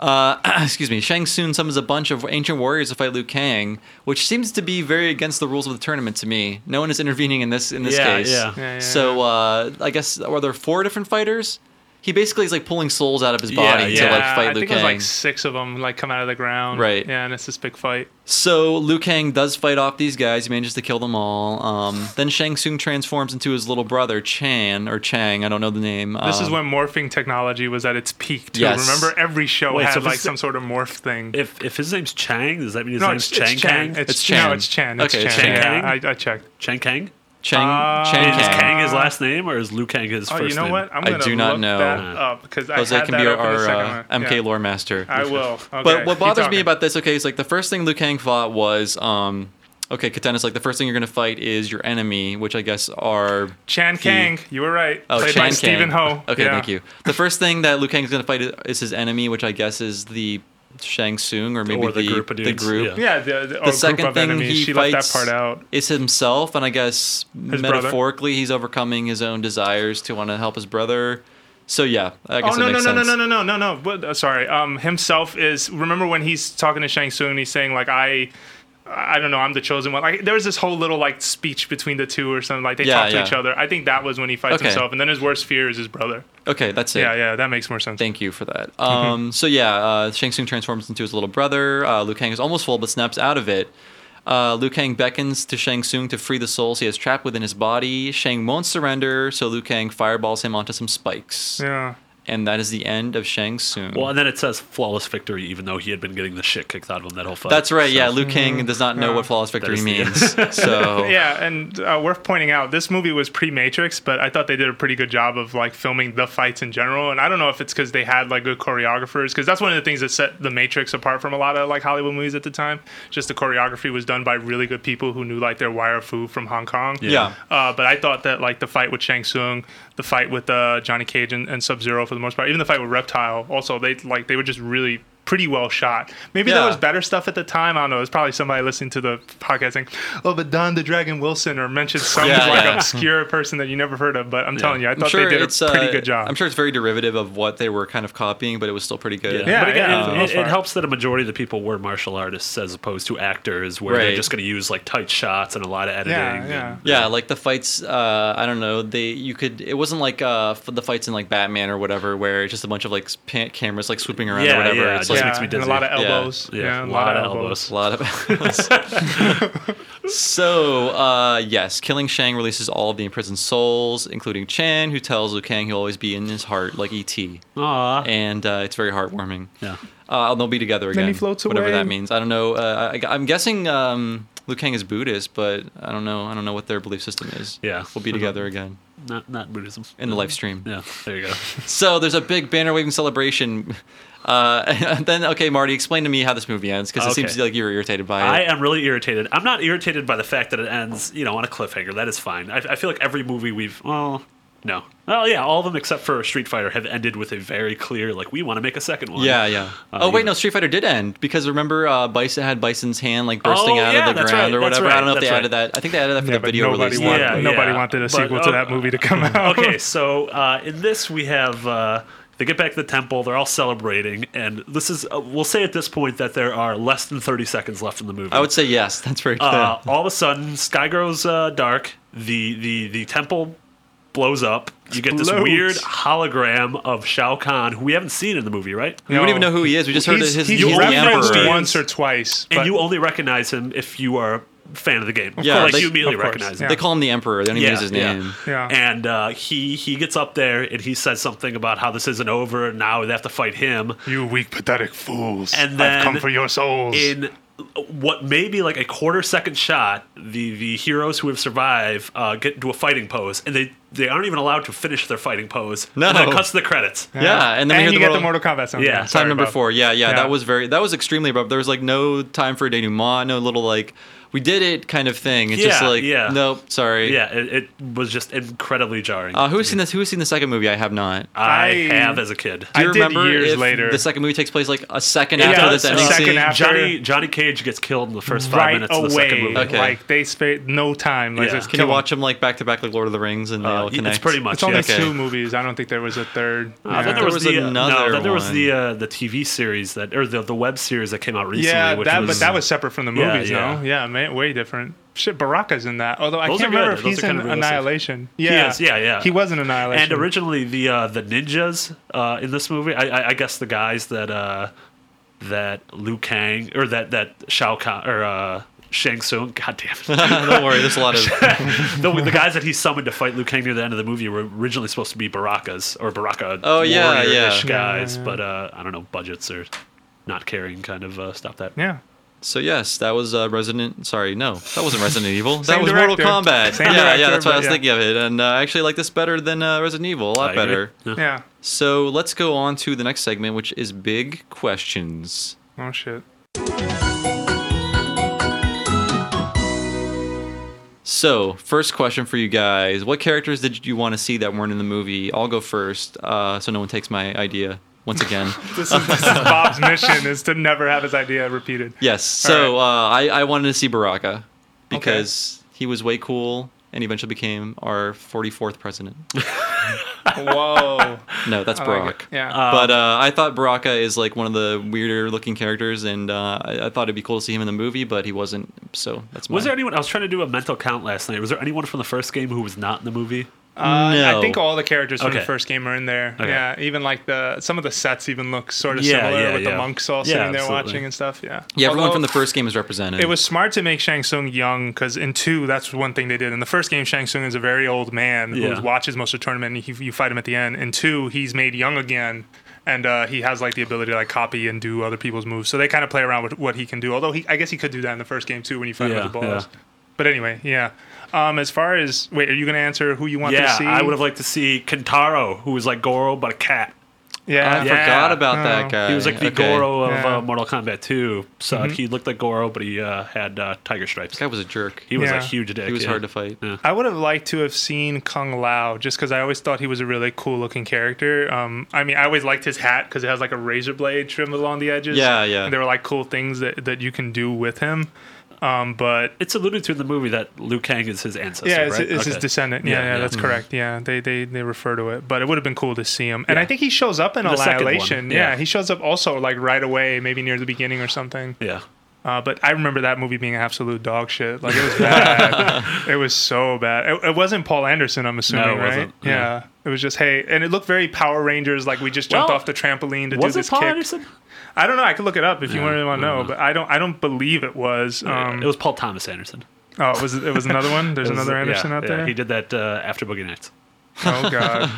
A: Uh, excuse me. Shang Tsung summons a bunch of ancient warriors to fight Liu Kang, which seems to be very against the rules of the tournament to me. No one is intervening in this in this
C: Yeah,
A: case.
C: yeah.
B: Yeah, yeah,
A: so uh, I guess are there four different fighters? He basically is like pulling souls out of his
C: Yeah,
A: body to
C: yeah.
A: like
B: I
A: fight Liu
B: think it was
A: Kang.
B: like six of them like come out of the ground.
A: Right.
B: Yeah, and it's this big fight.
A: So Liu Kang does fight off these guys. He manages to kill them all. Um, then Shang Tsung transforms into his little brother Chan or Chang. I don't know the name.
B: This
A: Um,
B: is when morphing technology was at its peak too.
A: Yes.
B: Remember every show
C: Wait,
B: had
C: so
B: like
C: this-
B: some sort of morph thing.
C: If if his name's Chang, does that mean his
B: no,
C: name's
B: it's,
C: Chang
B: it's Chang.
C: Kang?
B: It's,
A: It's
B: No,
A: Chan.
B: it's Chan. It's
A: Okay, it's
B: Chan.
C: Chan.
B: Yeah, I, I checked.
C: Chang Kang?
A: Chang
B: Uh,
A: Chang
C: Is
A: Kang.
C: Kang his last name or is Liu Kang his
B: Oh,
C: first name?
B: you know what? I'm
A: I
B: gonna
A: do not
B: look
A: know.
B: that up because I
A: Jose
B: had
A: can
B: that
A: be
B: open a
A: our
B: second
A: uh,
B: one.
A: MK
B: Yeah.
A: lore master.
B: I will. Okay.
A: But what
B: keep
A: bothers me
B: talking.
A: about this, okay, is like the first thing Liu Kang fought was, um, okay, Katana's like the first thing you're gonna fight is your enemy, which I guess are
B: Chan Kang, you were right.
A: Oh,
B: Played
A: Chan
B: by
A: Kang.
B: Stephen Ho.
A: Okay,
B: Yeah.
A: thank you. The first thing that Liu Kang is going to fight is, is his enemy, which I guess is the Shang Tsung or maybe
C: Or the group of
A: the
C: dudes,
A: group.
C: yeah.
B: Yeah, the, the,
A: The
B: or group
A: second
B: of
A: thing
B: enemies.
A: he
B: she left that
A: fights
B: part out.
A: is himself, and I guess
B: brother.
A: metaphorically he's overcoming his own desires to want to help his brother. So yeah, I guess
B: Oh
A: it
B: no no
A: makes
B: no, no
A: sense.
B: no no no no no But, uh, sorry. Um, himself is. Remember when he's talking to Shang Tsung, he's saying like I. I don't know. I'm the chosen one. Like there was this whole little like speech between the two or something. Like they
A: Yeah,
B: talk to
A: yeah.
B: each other. I think that was when he fights
A: Okay.
B: himself, and then his worst fear is his brother.
A: Okay, that's it.
B: Yeah, Mm-hmm. yeah, that makes more sense.
A: Thank you for that. Um, so yeah, uh, Shang Tsung transforms into his little brother. Uh, Liu Kang is almost full, but snaps out of it. Uh, Liu Kang beckons to Shang Tsung to free the souls he has trapped within his body. Shang won't surrender, so Liu Kang fireballs him onto some spikes,
B: yeah.
A: and that is the end of Shang Tsung.
C: Well, and then it says flawless victory, even though he had been getting the shit kicked out of him that whole fight.
A: That's right.
C: So-
A: Yeah, Liu
B: mm-hmm.
A: Kang does not know
B: Yeah.
A: what flawless victory
C: is the
A: means. so
B: Yeah, and uh, worth pointing out, this movie was pre-Matrix, but I thought they did a pretty good job of like filming the fights in general. And I don't know if it's because they had like good choreographers, because that's one of the things that set the Matrix apart from a lot of like Hollywood movies at the time. Just the choreography was done by really good people who knew like their wire foo from Hong Kong.
A: Yeah.
B: Uh, but I thought that like the fight with Shang Tsung, the fight with uh, Johnny Cage and, and Sub Zero for the most part, even the fight with Reptile, also they like they were just really pretty well shot. Maybe
A: Yeah.
B: there was better stuff at the time. I don't know. It was probably somebody listening to the podcast saying, "Oh, but Don the Dragon Wilson," or mentioned some
A: Yeah,
B: like
A: yeah.
B: obscure person that you never heard of. But I'm telling you, I
A: I'm
B: thought
A: sure
B: they did a
A: it's uh,
B: pretty good job.
A: I'm sure it's very derivative of what they were kind of copying, but it was still pretty good.
C: Yeah.
B: Yeah,
C: but again,
B: yeah, for the
C: it,
B: most
C: it, it
B: part.
C: helps that a majority of the people were martial artists as opposed to actors, where
A: Right.
C: they're just going to use like tight shots and a lot of editing.
B: yeah, yeah.
C: and-
A: Yeah, like the fights. Uh, I don't know. They you could. It wasn't like uh, f- the fights in like Batman or whatever, where it's just a bunch of like s- pa- cameras like swooping around or
C: Yeah,
A: whatever.
C: yeah,
A: it's
C: just
A: like
C: makes me
B: and
C: dizzy.
B: a lot of
A: Yeah.
B: elbows.
C: Yeah, a lot of
A: a lot of. so uh, yes, killing Shang releases all of the imprisoned souls, including Chan, who tells Liu Kang he'll always be in his heart, like ET,
C: Aw.
A: and uh, it's very heartwarming.
C: Yeah.
A: Uh, they'll be together again.
B: he floats
A: whatever
B: away.
A: that means. I don't know. Uh, I, I'm guessing um, Liu Kang is Buddhist, but I don't know. I don't know what their belief system is.
C: Yeah.
A: we'll be together again
C: Not, not Buddhism.
A: in the live stream.
C: Yeah, there you go.
A: So there's a big banner waving celebration. Uh, and then okay, Marty, explain to me how this movie ends because it
C: Okay.
A: seems like you were irritated by
C: I
A: it.
C: am really irritated. I'm not irritated by the fact that it ends, you know, on a cliffhanger. That is fine. I, I feel like every movie we've, well, no, well, yeah, all of them except for Street Fighter have ended with a very clear, like, we want to make a second one.
A: yeah, yeah.
C: Uh,
A: oh wait,
C: you-
A: no, Street Fighter did end because remember uh, Bison had Bison's hand like bursting
C: Oh,
A: out
C: yeah,
A: of the
C: that's
A: ground
C: right,
A: or
C: that's
A: whatever. I don't know if
C: right,
A: they
C: that's
A: added that. I think they added that for
B: Yeah,
A: the
B: but
A: video
B: nobody
A: release.
B: wanted,
C: Yeah,
B: nobody
C: yeah.
B: wanted a
C: But,
B: sequel to
C: oh,
B: that movie to come out.
C: okay, so uh, in this we have uh, they get back to the temple. They're all celebrating, and this is uh, we'll say at this point that there are less than thirty seconds left in the movie.
A: I would say yes. That's very clear.
C: uh, all of a sudden, sky grows uh, dark. The the the temple blows up. You get this
B: Explodes.
C: weird hologram of Shao Kahn, who we haven't seen in the movie, right?
A: we don't even know who he is. We just heard
B: he's,
A: his
B: he's
A: he's the
B: referenced
A: emperor.
B: once or twice.
C: And
B: but-
C: you only recognize him if you are a fan of the game.
A: Yeah,
C: like
A: they-
C: you immediately
B: of course,
C: recognize him.
A: They call him the emperor. They don't even use his name.
B: Yeah.
C: And uh, he he gets up there and he says something about how this isn't over. and Now they have to fight him.
B: You weak, pathetic fools!
C: And
B: I've come
C: then
B: for your souls.
C: In what may be like a quarter second shot, the the heroes who have survived uh, get into a fighting pose, and they they aren't even allowed to finish their fighting pose.
A: No.
C: and then it cuts to the credits.
A: Yeah, and then we hear the
B: you get
A: little-
B: the Mortal Kombat sound.
C: Yeah,
B: effect.
C: time
B: Sorry,
A: time number
B: Bob.
A: four. Yeah, yeah,
B: Yeah.
A: that was very that was extremely abrupt. There was like no time for a denouement, no little like we did it kind of thing. It's just
C: Yeah,
A: like
C: yeah.
A: nope, sorry.
C: Yeah, it, it was just incredibly jarring.
A: Uh, who's seen this? Who's seen the second movie? I have not.
C: I
B: I-
C: have as a kid.
A: Do you
B: I did
A: remember
B: years
A: if
B: later.
A: the second movie takes place like a second
B: It
A: after
B: does,
A: this
C: uh,
A: ending
B: second
A: scene?
B: after-
C: Johnny Johnny Cage gets killed in the first five
B: right
C: minutes
B: away.
C: of the second movie.
A: Okay.
B: Like they spared no time. Like
C: Yeah.
B: just
A: Can
B: kill
A: you
B: 'em.
A: watch them like back to back, like Lord of the Rings, and they all
C: Uh,
A: connect?
C: it's pretty much.
B: It's only
C: yeah.
A: okay.
B: two movies. I don't think there was a third.
C: Uh, then there
A: There
C: was,
A: was
C: the, uh,
A: another
C: no, then there was
A: one.
C: the uh, the TV series that or the the web series that came out recently.
B: yeah,
C: which
B: that,
C: was,
B: but that was separate from the
C: Yeah,
B: movies.
C: yeah.
B: No, yeah, man, way different. Shit, Baraka's in that. Although I
C: Those
B: can't
C: are good.
B: remember if
C: Those
B: he's
C: are kind
B: in
C: of realistic.
B: Annihilation. Yeah.
C: is, yeah, yeah.
B: He was in Annihilation.
C: And originally, the uh, the ninjas uh, in this movie, I, I, I guess the guys that uh, that Liu Kang or that that Shao Kahn or uh, Shang Tsung, God damn it,
A: Don't worry, there's a lot of
C: the, the guys that he summoned to fight Liu Kang near the end of the movie were originally supposed to be Baraka's or Baraka
A: Oh, yeah,
C: warrior-ish
A: yeah.
C: guys,
B: Yeah, yeah.
C: but uh, I don't know, budgets or not caring kind of uh, stop that.
B: yeah.
A: So yes, that was uh, Resident. Sorry, no, that wasn't Resident Evil.
B: Same
A: that was
B: director.
A: Mortal Kombat.
B: Same
A: yeah,
B: director,
A: yeah, that's what I was
B: but
A: thinking
B: yeah.
A: of it, and uh, I actually like this better than uh, Resident Evil, a lot
C: I agree.
A: better.
C: Yeah.
B: Yeah.
A: So let's go on to the next segment, which is big questions.
B: Oh shit.
A: So first question for you guys: What characters did you want to see that weren't in the movie? I'll go first, uh, so no one takes my idea once again.
B: This is, this is Bob's mission is to never have his idea repeated.
A: Yes.
B: All
A: So uh, I, I wanted to see Baraka because he was way cool and he eventually became our 44th president.
B: Whoa.
A: No, that's
B: I
A: Barack.
B: like it. Yeah. Um,
C: Uh,
A: but uh, I thought Baraka is like one of the weirder looking characters, and uh, I, I thought it'd be cool to see him in the movie, but he wasn't. So that's
C: Was
A: mine.
C: there anyone? I was trying to do a mental count last night. Was there anyone from the first game who was not in the movie?
B: Uh, I
A: No.
B: think all the characters from the
C: Okay.
B: first game are in there.
C: Okay.
B: Yeah, even like the some of the sets even look sort of
C: Yeah,
B: similar
C: yeah,
B: with the
C: yeah.
B: monks all
C: Yeah,
B: sitting there
C: absolutely.
B: watching and stuff. Yeah,
A: Yeah, everyone
B: Although
A: from the first game is represented.
B: It was smart to make Shang Tsung young because in two, that's one thing they did. In the first game, Shang Tsung is a very old man
C: Yeah.
B: who watches most of the tournament. And he, you fight him at the end. In two, he's made young again. And uh, he has like the ability to like copy and do other people's moves, so they kind of play around with what he can do. Although he, I guess he could do that in the first game too when you fight him with the
C: Yeah,
B: balls.
C: yeah.
B: But anyway, yeah. Um, as far as wait, are you gonna answer who you want to
C: Yeah,
B: see?
C: I would have liked to see Kentaro, who was like Goro but a cat.
B: Yeah,
C: uh,
A: I forgot about
B: Oh.
A: that guy.
C: He was like the
A: Okay.
C: Goro of
B: Yeah. Mm-hmm.
C: uh, Mortal Kombat 2. So he looked like Goro, but he uh, had uh, tiger stripes.
A: This guy was a jerk.
C: He was
B: Yeah.
C: a huge dick.
A: He was
C: yeah.
A: hard to fight.
C: Yeah.
B: I would have liked to have seen Kung Lao just because I always thought he was a really cool looking character. Um, I mean, I always liked his hat because it has like a razor blade trimmed along the edges.
A: Yeah, yeah.
B: And there were like cool things that, that you can do with him. Um, but
C: It's alluded to in the movie that Liu Kang is his ancestor.
B: yeah, it's,
C: right?
B: it's his
C: Okay.
B: descendant. Yeah, yeah,
C: Yeah, Mm. Hmm. yeah.
B: that's correct. Yeah, they, they they refer to it, but it would have been cool to see him. And I
C: Yeah.
B: think he shows up in
C: The second one,
B: Annihilation.
C: yeah.
B: yeah, he shows up also like right away, maybe near the beginning or something.
C: Yeah.
B: Uh, but I remember that movie being absolute dog shit. Like it was bad. it was so bad. It, it wasn't Paul Anderson, I'm assuming,
C: No, it
B: right?
C: wasn't.
B: Yeah.
C: Yeah.
B: It was just hey, and it looked very Power Rangers. Like we just jumped
C: Well,
B: off the trampoline to do
C: Was
B: this
C: it Paul
B: kick.
C: Anderson?
B: I don't know. I could look it up if you
C: Yeah,
B: really want to
C: I
B: know,
C: don't
B: but I don't. I don't believe it was. Um,
C: it was Paul Thomas Anderson.
B: oh, it was it was another one. There's
C: It was-
B: another
C: yeah,
B: Anderson out
C: yeah,
B: there.
C: He did that uh, after Boogie Nights.
B: Oh god.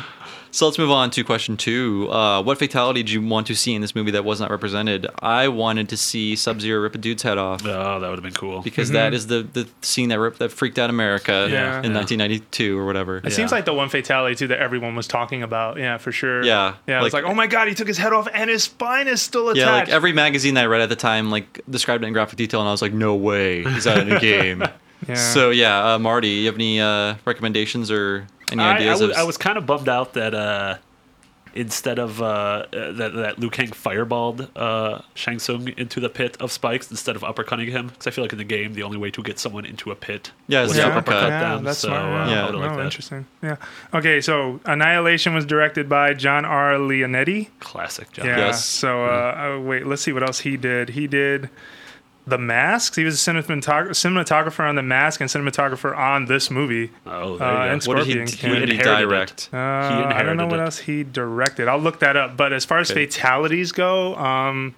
A: So let's move on to question two. Uh, what fatality did you want to see in this movie that was not represented? I wanted to see Sub Zero rip a dude's head off.
C: Oh, that would have been cool.
A: Because that is the, the scene that ripped, that freaked out America
B: Yeah.
A: in 1992 or whatever.
B: It seems like the one fatality too that everyone was talking about. Yeah, for sure.
A: Yeah,
B: Yeah. it was
A: like-
B: like, oh my god, he took his head off and his spine is still attached.
A: Yeah, like every magazine that I read at the time like described it in graphic detail, and I was like, no way, is that a new game?
B: Yeah.
A: So yeah, uh, Marty, you have any uh, recommendations or any
C: I, I
A: ideas?
C: was,
A: of,
C: I was kind of bummed out that uh, instead of uh, uh, that, that Liu Kang fireballed uh, Shang Tsung into the pit of spikes instead of uppercutting him. Because I feel like in the game, the only way to get someone into a pit
A: Yeah,
C: was
A: it's
C: to
A: the
C: uppercut,
A: uppercut.
B: Yeah,
C: them.
B: that's
C: so
B: smart.
C: uh,
A: Yeah.
C: I would
B: Oh,
C: have liked that.
B: interesting. Yeah. Okay, so Annihilation was directed by John R. Leonetti.
C: Classic job.
B: Yeah.
A: Yes.
B: So uh,
C: Mm-hmm.
B: uh, wait, let's see what else he did. He did The Masks. He was a cinematog- cinematographer on The Mask and cinematographer on this movie.
C: Oh, there you
B: Uh,
C: go.
B: and
A: what did he,
B: Scorpion
A: what
B: King.
A: did he
C: inherited it.
A: direct?
B: Uh, I don't know
C: inherited
B: what
C: it.
B: else he directed. I'll look that up. But as far as
C: Okay.
B: fatalities go, um,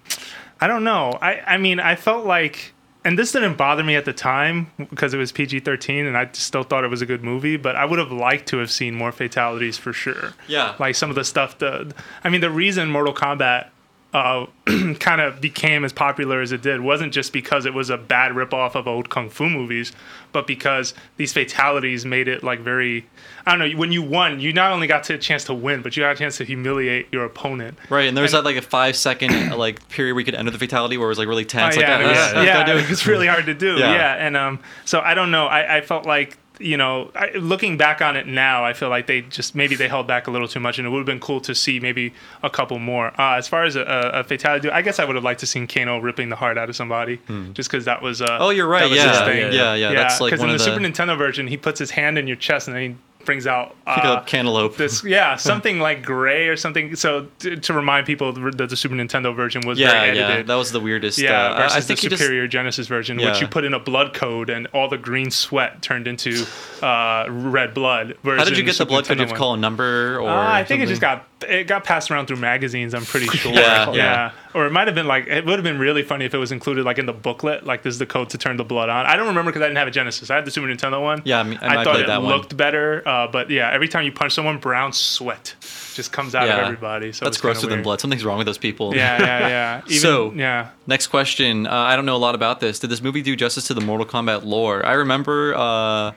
B: I don't know. I, I mean, I felt like, and this didn't bother me at the time because it was PG 13 and I still thought it was a good movie, but I would have liked to have seen more fatalities for sure.
A: Yeah.
B: Like some of the stuff, the, I mean, the reason Mortal Kombat. Uh, kind of became as popular as it did wasn't just because it was a bad ripoff of old kung fu movies, but because these fatalities made it like very, I don't know. When you won, you not only got to a chance to win, but you got a chance to humiliate your opponent.
A: Right, and there was that like a five second like period we could enter the fatality where it was like really tense.
B: Oh,
A: like,
B: yeah,
A: ah, ah,
B: yeah,
A: ah,
B: yeah,
A: gotta do it.
B: it's really hard to do.
A: Yeah.
B: yeah. and um, so I don't know. I, I felt like you know, I, looking back on it now, I feel like they just maybe they held back a little too much, and it would have been cool to see maybe a couple more. Uh, as far as a, a, a fatality, I guess I would have liked to seen Kano ripping the heart out of somebody, just because that was. Uh,
A: Hmm. Oh, you're right,
B: that was
A: yeah,
B: his thing.
C: yeah, yeah,
A: yeah, that's like
B: Because
A: one
B: in
A: of
B: the Super
A: the-
B: Nintendo version, he puts his hand in your chest and then he brings out
A: Pick
B: uh,
A: up cantaloupe.
B: this yeah something like gray or something. So to, to remind people that the Super Nintendo version was
A: yeah,
B: very
A: yeah,
B: edited.
A: that was the weirdest.
B: yeah,
A: uh, I-
B: versus
A: I think
B: the
A: he just-
B: superior Genesis version,
A: Yeah.
B: which you put in a blood code and all the green sweat turned into uh, red blood.
A: how did you get
B: versus
A: the blood code?
B: Super
A: Did you
B: Nintendo
A: have to
B: one.
A: call a number or?
B: Uh, I think it just
A: something?
B: got it got passed around through magazines. I'm pretty sure.
A: Yeah, yeah.
B: Or it might have been like it would have been really funny if it was included like in the booklet. Like this is the code to turn the blood on. I don't remember because I didn't have a Genesis. I had the Super Nintendo one.
A: Yeah, I mean, I
B: I,
A: might
B: thought
A: play
B: it
A: that one.
B: looked better. Uh, but yeah, every time you punch someone, brown sweat just comes out
A: Yeah.
B: of everybody. So
A: That's
B: it's kinda
A: grosser than
B: weird.
A: blood. Something's wrong with those people.
B: Yeah, yeah, yeah. Even,
A: So-
B: yeah.
A: Next question. Uh, I don't know a lot about this. Did this movie do justice to the Mortal Kombat lore? I remember uh,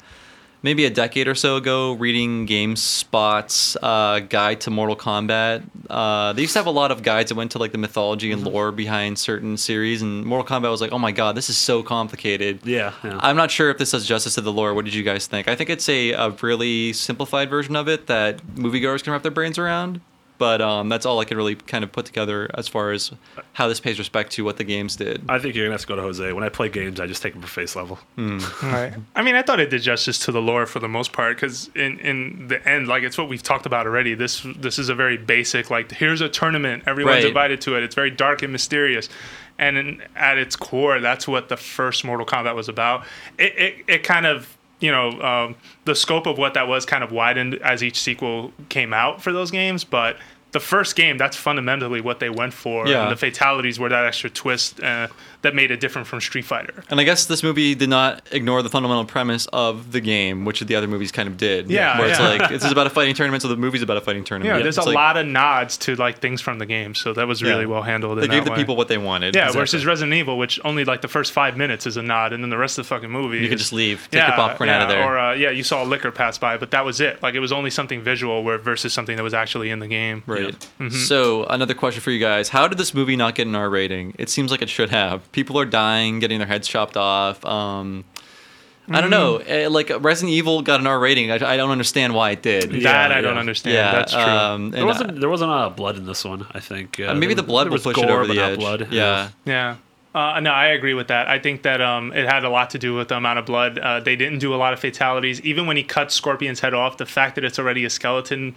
A: maybe a decade or so ago reading GameSpot's uh, guide to Mortal Kombat. Uh, they used to have a lot of guides that went to like the mythology and lore behind certain series, and Mortal Kombat was like, oh my god, this is so complicated.
C: Yeah, yeah.
A: I'm not sure if this does justice to the lore. What did you guys think? I think it's a, a really simplified version of it that moviegoers can wrap their brains around. But um, that's all I could really kind of put together as far as how this pays respect to what the games did.
C: I think you're gonna have to go to Jose. When I play games, I just take them for face level.
A: Mm,
B: Right. I mean, I thought it did justice to the lore for the most part because in in the end, like it's what we've talked about already. This this is a very basic like here's a tournament. Everyone's
A: Right.
B: invited to it. It's very dark and mysterious. And in, at its core, that's what the first Mortal Kombat was about. It it, it kind of you know um, the scope of what that was kind of widened as each sequel came out for those games, but. The first game, that's fundamentally what they went for.
A: Yeah.
B: And the fatalities were that extra twist uh, that made it different from Street Fighter.
A: And I guess this movie did not ignore the fundamental premise of the game, which the other movies kind of did.
B: Yeah,
A: Where it's
B: yeah.
A: like, this is about a fighting tournament, so the movie's about a fighting tournament.
B: Yeah, there's a
A: It's like,
B: lot of nods to like things from the game, so that was really well handled.
A: They
B: in
A: gave
B: that
A: the
B: way.
A: people what they wanted.
B: yeah.
A: Exactly.
B: Versus Resident Evil, which only like the first five minutes is a nod, and then the rest of the fucking movie.
A: You could
B: is-
A: just leave, take your popcorn out of
B: yeah,
A: there.
B: Or uh, yeah, you saw a liquor pass by, but that was it. Like it was only something visual, where versus something that was actually in the game.
A: Right.
C: Mm-hmm.
A: So another question for you guys: How did this movie not get an R rating? It seems like it should have. People are dying, getting their heads chopped off. Um, I don't know.
C: Mm-hmm.
A: Eh, Like Resident Evil got an R rating. I, I don't understand why it did.
C: Yeah.
B: That I don't
C: yeah.
B: understand.
A: Yeah,
B: That's true.
A: um, and,
C: There wasn't there wasn't a lot of blood in this one. I think uh,
A: uh, maybe the
C: there was-
A: blood
C: there
A: will
C: was
A: push it
C: gore,
A: over the
C: but not
A: edge.
C: Blood.
A: Yeah.
B: Yeah. Uh, no, I agree with that. I think that um, it had a lot to do with the amount of blood. Uh, they didn't do a lot of fatalities. Even when he cuts Scorpion's head off, the fact that it's already a skeleton,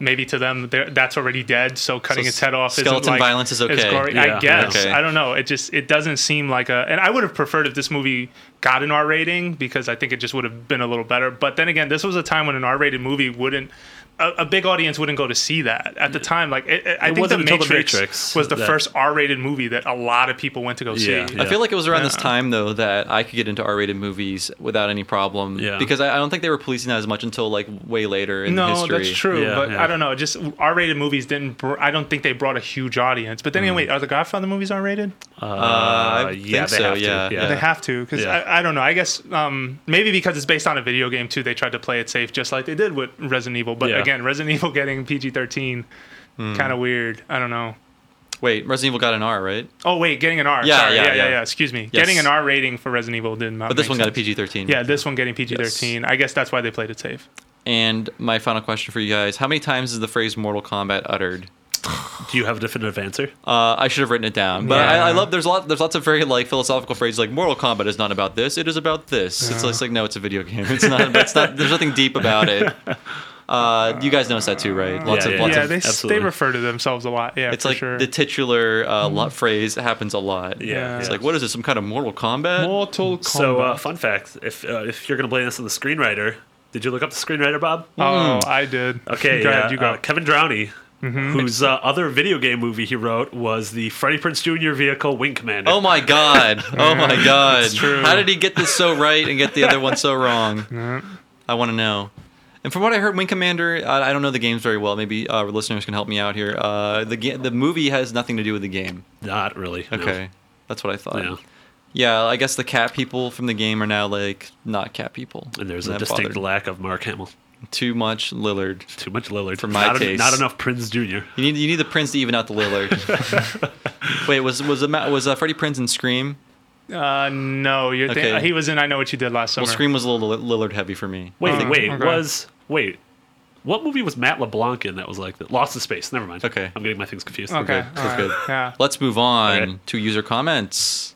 B: maybe to them they're- that's already dead. So cutting
A: So
B: its head off,
A: skeleton
B: isn't like,
A: violence is okay.
B: gory.
C: Yeah.
B: I guess
A: Okay.
B: I don't know. It just it doesn't seem like a. And I would have preferred if this movie got an R rating because I think it just would have been a little better. But then again, this was a time when an R rated movie wouldn't. A, a big audience wouldn't go to see that at the time. Like it, it- I
C: It
B: think the
C: wasn't until The
B: Matrix,
C: Matrix
B: was the
C: that-
B: first R-rated movie that a lot of people went to go
C: Yeah.
B: see.
A: I feel like it was around this
B: Yeah.
A: time though that I could get into R-rated movies without any problem.
C: Yeah.
A: Because I, I don't think they were policing that as much until like way later in
B: No,
A: history.
B: that's true,
C: Yeah,
B: but
C: yeah.
B: I don't know. Just R-rated movies didn't. Br- I don't think they brought a huge audience. But then anyway,
A: Mm.
B: wait, are the Godfather movies R-rated?
C: Uh,
A: I
C: yeah,
A: think
C: they
A: so,
C: have to.
A: yeah.
C: yeah.
B: They have to, because
C: Yeah.
B: I, I don't know. I guess um, maybe because it's based on a video game too. They tried to play it safe, just like they did with Resident Evil. But
C: Yeah.
B: again, Resident Evil getting PG-13,
A: Mm.
B: kind of weird. I don't know.
A: Wait, Resident Evil got an R, right?
B: Oh wait, getting an R.
A: Yeah,
B: Sorry.
A: yeah,
B: yeah, yeah,
A: yeah.
B: yeah, Excuse me.
A: Yes.
B: Getting an R rating for Resident Evil did not.
A: But this
B: make
A: one got a
B: sense.
A: PG-13.
B: Yeah, this one getting PG-13. I guess that's why they played it safe.
A: And my final question for you guys: How many times is the phrase "Mortal Kombat" uttered?
C: Do you have a definitive answer?
A: Uh, I should have written it down, but
B: Yeah.
A: I, I love there's a lot there's lots of very like philosophical phrases like "Mortal Kombat" is not about this; it is about this. It's just like no, it's a video game. It's not. That's not. There's nothing deep about it. Uh, you guys notice that too, right? Lots
C: Yeah,
A: of
C: yeah,
A: lots
B: yeah,
A: of.
B: they, s- they
C: absolutely.
B: refer to themselves a lot. Yeah,
A: It's
B: for
A: like
B: sure. Mm-hmm.
A: the titular uh, lo- phrase happens a lot.
C: Yeah.
A: It's
C: yeah.
A: like what is it? Some kind of Mortal Kombat?
B: Mortal Kombat.
C: So, uh, fun fact: if uh, if you're gonna blame this on the screenwriter, did you look up the screenwriter, Bob?
B: oh,
A: hmm.
B: I did.
C: Okay,
B: go
C: yeah,
B: ahead. You go.
C: uh, Kevin Drowney,
A: Mm-hmm.
C: whose uh, other video game movie he wrote was the Freddie Prince Jr. vehicle Wing Commander.
A: Oh my god! Oh my god!
B: true.
A: How did he get this so right and get the other one so wrong? I want to know. And from what I heard, Wing Commander, I, I don't know the games very well. Maybe uh, listeners can help me out here. Uh, the ga- the movie has nothing to do with the game.
C: Not really. no.
A: Okay, that's what I thought.
C: Yeah.
A: Yeah, I guess the cat people from the game are now like not cat people.
C: And there's
A: I'm
C: a distinct
A: bothered.
C: lack of Mark Hamill.
A: too much Lillard.
C: Too much Lillard.
A: my
C: not, en-
A: taste. Oh,
C: not enough Prince Jr.
A: You need you need the Prince to even out the Lillard. Wait, was was a, was uh, Freddie Prince in Scream?
B: Uh, no, you're
A: Okay.
B: thinking he was in. I know what you did last summer.
A: Well, Scream was a little Lillard heavy for me.
C: Wait,
B: Uh,
C: wait,
B: okay.
C: was wait. What movie was Matt LeBlanc in that was like that? Lost in Space. Never mind.
A: Okay.
C: I'm getting my things confused.
B: Okay,
A: good.
B: all
A: We're
B: right.
A: good.
B: Yeah.
A: Let's move on
C: Okay.
A: to user comments.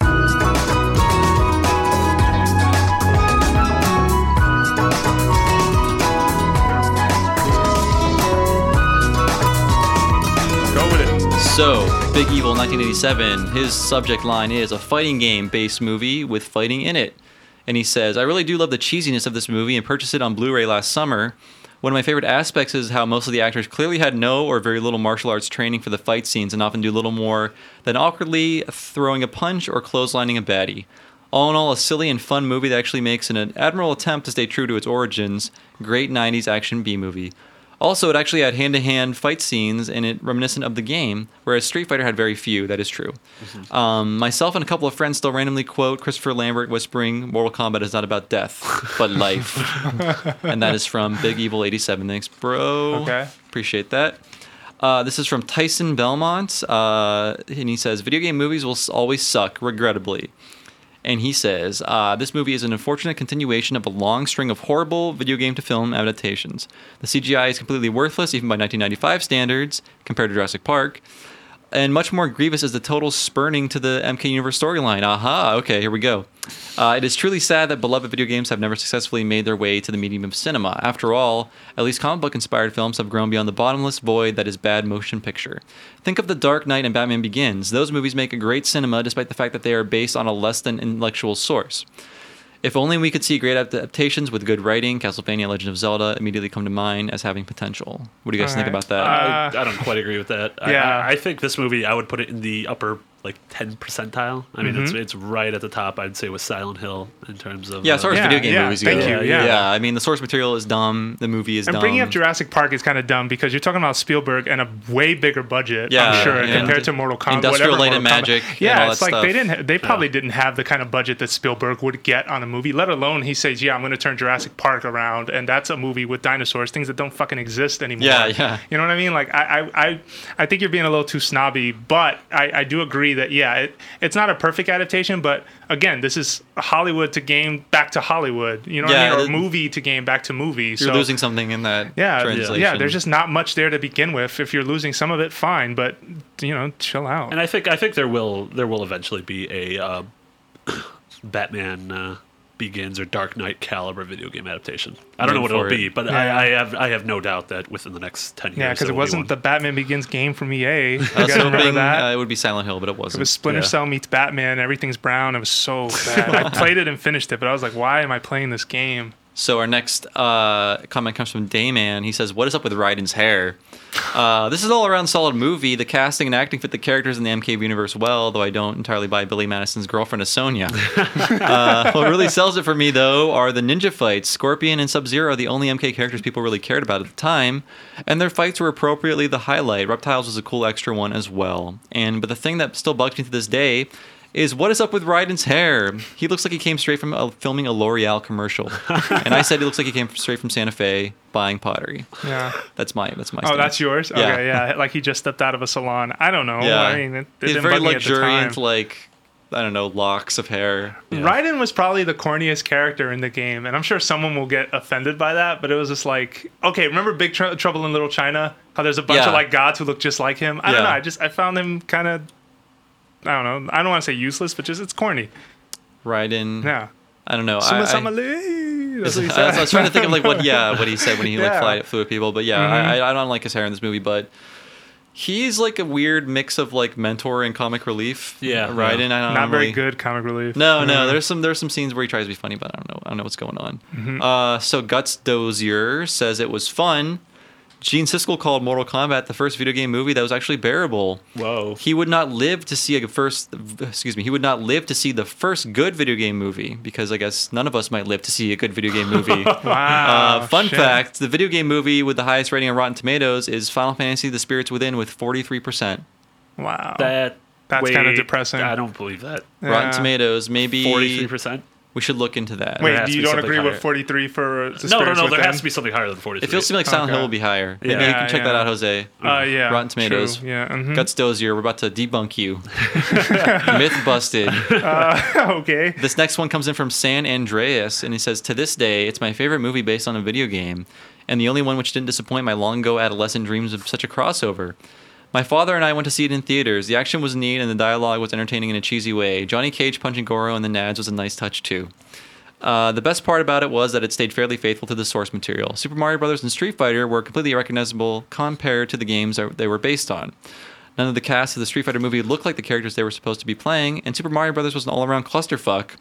A: So, Big Evil 1987, his subject line is a fighting game based movie with fighting in it. And he says, I really do love the cheesiness of this movie and purchased it on Blu ray last summer. One of my favorite aspects is how most of the actors clearly had no or very little martial arts training for the fight scenes and often do little more than awkwardly throwing a punch or clotheslining a baddie. All in all, a silly and fun movie that actually makes an admirable attempt to stay true to its origins. Great 90s action B movie. Also, it actually had hand-to-hand fight scenes in it reminiscent of the game, whereas Street Fighter had very few. That is true. Um, myself and a couple of friends still randomly quote Christopher Lambert whispering, "Mortal Kombat is not about death, but life," and that is from Big Evil '87. Thanks, bro.
B: Okay.
A: appreciate that. Uh, this is from Tyson Belmont, uh, and he says, "Video game movies will s- always suck, regrettably." And he says, uh, This movie is an unfortunate continuation of a long string of horrible video game to film adaptations. The CGI is completely worthless, even by 1995 standards, compared to Jurassic Park. And much more grievous is the total spurning to the MK Universe storyline. Aha, okay, here we go. Uh, it is truly sad that beloved video games have never successfully made their way to the medium of cinema. After all, at least comic book inspired films have grown beyond the bottomless void that is bad motion picture. Think of The Dark Knight and Batman Begins. Those movies make a great cinema despite the fact that they are based on a less than intellectual source. If only we could see great adaptations with good writing, Castlevania Legend of Zelda immediately come to mind as having potential. What do you guys think
B: Alright.
A: about that?
C: I, I don't quite agree with that. I-
B: Uh, Yeah.
C: I, I think this movie I would put it in the upper like ten percentile. I mean,
B: Mm-hmm.
C: it's it's right at the top. I'd say with Silent Hill in terms of uh,
A: Yeah, as far as
B: Yeah,
A: video game
B: yeah,
A: movies
B: thank
A: go.
B: you, yeah.
A: I mean the source material is dumb. The movie is
B: And
A: dumb.
B: bringing up Jurassic Park is kind of dumb because you're talking about Spielberg and a way bigger budget,
A: Yeah,
B: I'm sure,
A: yeah.
B: compared to Mortal Kombat.
A: Industrial
B: whatever
A: Light and
B: Mortal Kombat-
A: Magic and
B: Yeah,
A: all
B: it's
A: that
B: like they
A: stuff.
B: didn't. They probably didn't have the kind of budget that Spielberg would get on a movie. Let alone he says, "Yeah, I'm going to turn Jurassic Park around," and that's a movie with dinosaurs, things that don't fucking exist anymore.
A: Yeah, yeah.
B: You know what I mean? Like I, I, I, I think you're being a little too snobby, but I, I do agree that yeah, it, it's not a perfect adaptation, but again, this is Hollywood to game back to Hollywood. You know
A: Yeah,
B: what I mean?
A: the-
B: Or movie to game back to movie.
A: You're
B: so,
A: losing something in that
B: yeah,
A: translation.
B: yeah. There's just not much there to begin with. If you're losing some of it, fine, but you know, chill out.
C: And I think I think there will there will eventually be a uh, Batman uh, Begins or Dark Knight caliber video game adaptation. I don't know
A: Wait
C: what it'll
A: for it.
C: be, but
B: Yeah.
C: I, I have I have no doubt that within the next ten years.
B: yeah, because
C: there
B: it
C: will be
B: wasn't the
C: one.
B: Batman Begins game from EA. You
A: I was
B: guys remember
A: hoping
B: that?
A: uh, it would be Silent Hill, but it
B: it
A: wasn't.
B: was Splinter
C: yeah.
B: Cell meets Batman. Everything's brown. It was so bad. I played it and finished it, but I was like, why am I playing this game?
A: So our next uh, comment comes from Dayman. He says, "What is up with Raiden's hair?" Uh, this is all around solid movie. The casting and acting fit the characters in the MKB universe well, though I don't entirely buy Billy Madison's girlfriend as Sonya. uh, what really sells it for me, though, are the ninja fights. Scorpion and Sub Zero are the only MK characters people really cared about at the time, and their fights were appropriately the highlight. Reptiles was a cool extra one as well. And but the thing that still bugs me to this day is what is up with Ryden's hair? He looks like he came straight from a, filming a L'Oreal commercial, and I said he looks like he came straight from Santa Fe buying pottery.
B: Yeah.
A: That's my that's my.
B: Oh, that's yours.
A: Yeah.
B: Okay, yeah. Like he just stepped out of a salon. I don't know. I mean, it, it
A: he's
B: didn't
A: very
B: bug me at the
A: luxuriant,
B: time.
A: like I don't know, locks of hair.
B: Raiden was probably the corniest character in the game, and I'm sure someone will get offended by that. But it was just like, okay, remember Big Tr- Trouble in Little China? How there's a bunch
A: Yeah.
B: of like gods who look just like him. I don't
A: Yeah.
B: know. I just I found him kind of, I don't know. I don't want to say useless, but just it's corny.
A: Raiden.
B: Yeah.
A: I don't know. I- I-
B: Summa-summa Lee, that's what he
A: Is- I, was- I was
B: said.
A: trying to think of like what yeah what he said when he like
B: Yeah. Mm-hmm.
A: fly, flew at people, but yeah, I I, I don't like his hair in this movie, but he's like a weird mix of like mentor and comic relief.
C: Yeah, yeah.
A: Raiden. I don't
B: Not very
A: really-
B: good Mm-hmm. comic relief.
A: No, no. There's some there's some scenes where he tries to be funny, but I don't know. I don't know what's going on.
B: Mm-hmm.
A: Uh, so Guts Dozier says it was fun. Gene Siskel called Mortal Kombat the first video game movie that was actually bearable.
C: Whoa.
A: He would not live to see a first. Excuse me. He would not live to see the first good video game movie because I guess none of us might live to see a good video game movie.
B: Wow.
A: Uh, fun
B: Oh, shit.
A: fact: the video game movie with the highest rating on Rotten Tomatoes is Final Fantasy: The Spirits Within with 43 percent.
B: Wow.
C: that
B: That's
C: wait,
B: kinda depressing.
C: I don't believe that.
B: Yeah.
A: Rotten Tomatoes, maybe
C: Forty three percent.
A: We should look into that.
C: there
B: Wait,
C: has
B: do
C: to
B: you
C: be
B: don't
C: something
B: agree
C: higher.
B: with 43 for? The
C: No, no,
B: Spirits
C: no. There
B: Within?
C: has to be something higher than forty three.
A: It feels to me like Silent
B: Okay.
A: Hill will be higher. Maybe
C: Yeah,
A: you can check that
B: yeah.
A: out, Jose.
B: Uh, yeah.
A: Rotten Tomatoes.
B: True. Yeah. mhm.
A: Guts Dozier, we're about to debunk you. Myth busted.
B: okay.
A: This next one comes in from San Andreas, and he says, To this day, it's my favorite movie based on a video game, and the only one which didn't disappoint my long ago adolescent dreams of such a crossover. My father and I went to see it in theaters. The action was neat, and the dialogue was entertaining in a cheesy way. Johnny Cage punching Goro and the Nads was a nice touch, too. Uh, the best part about it was that it stayed fairly faithful to the source material. Super Mario Brothers and Street Fighter were completely recognizable compared to the games that they were based on. None of the cast of the Street Fighter movie looked like the characters they were supposed to be playing, and Super Mario Brothers was an all-around clusterfuck.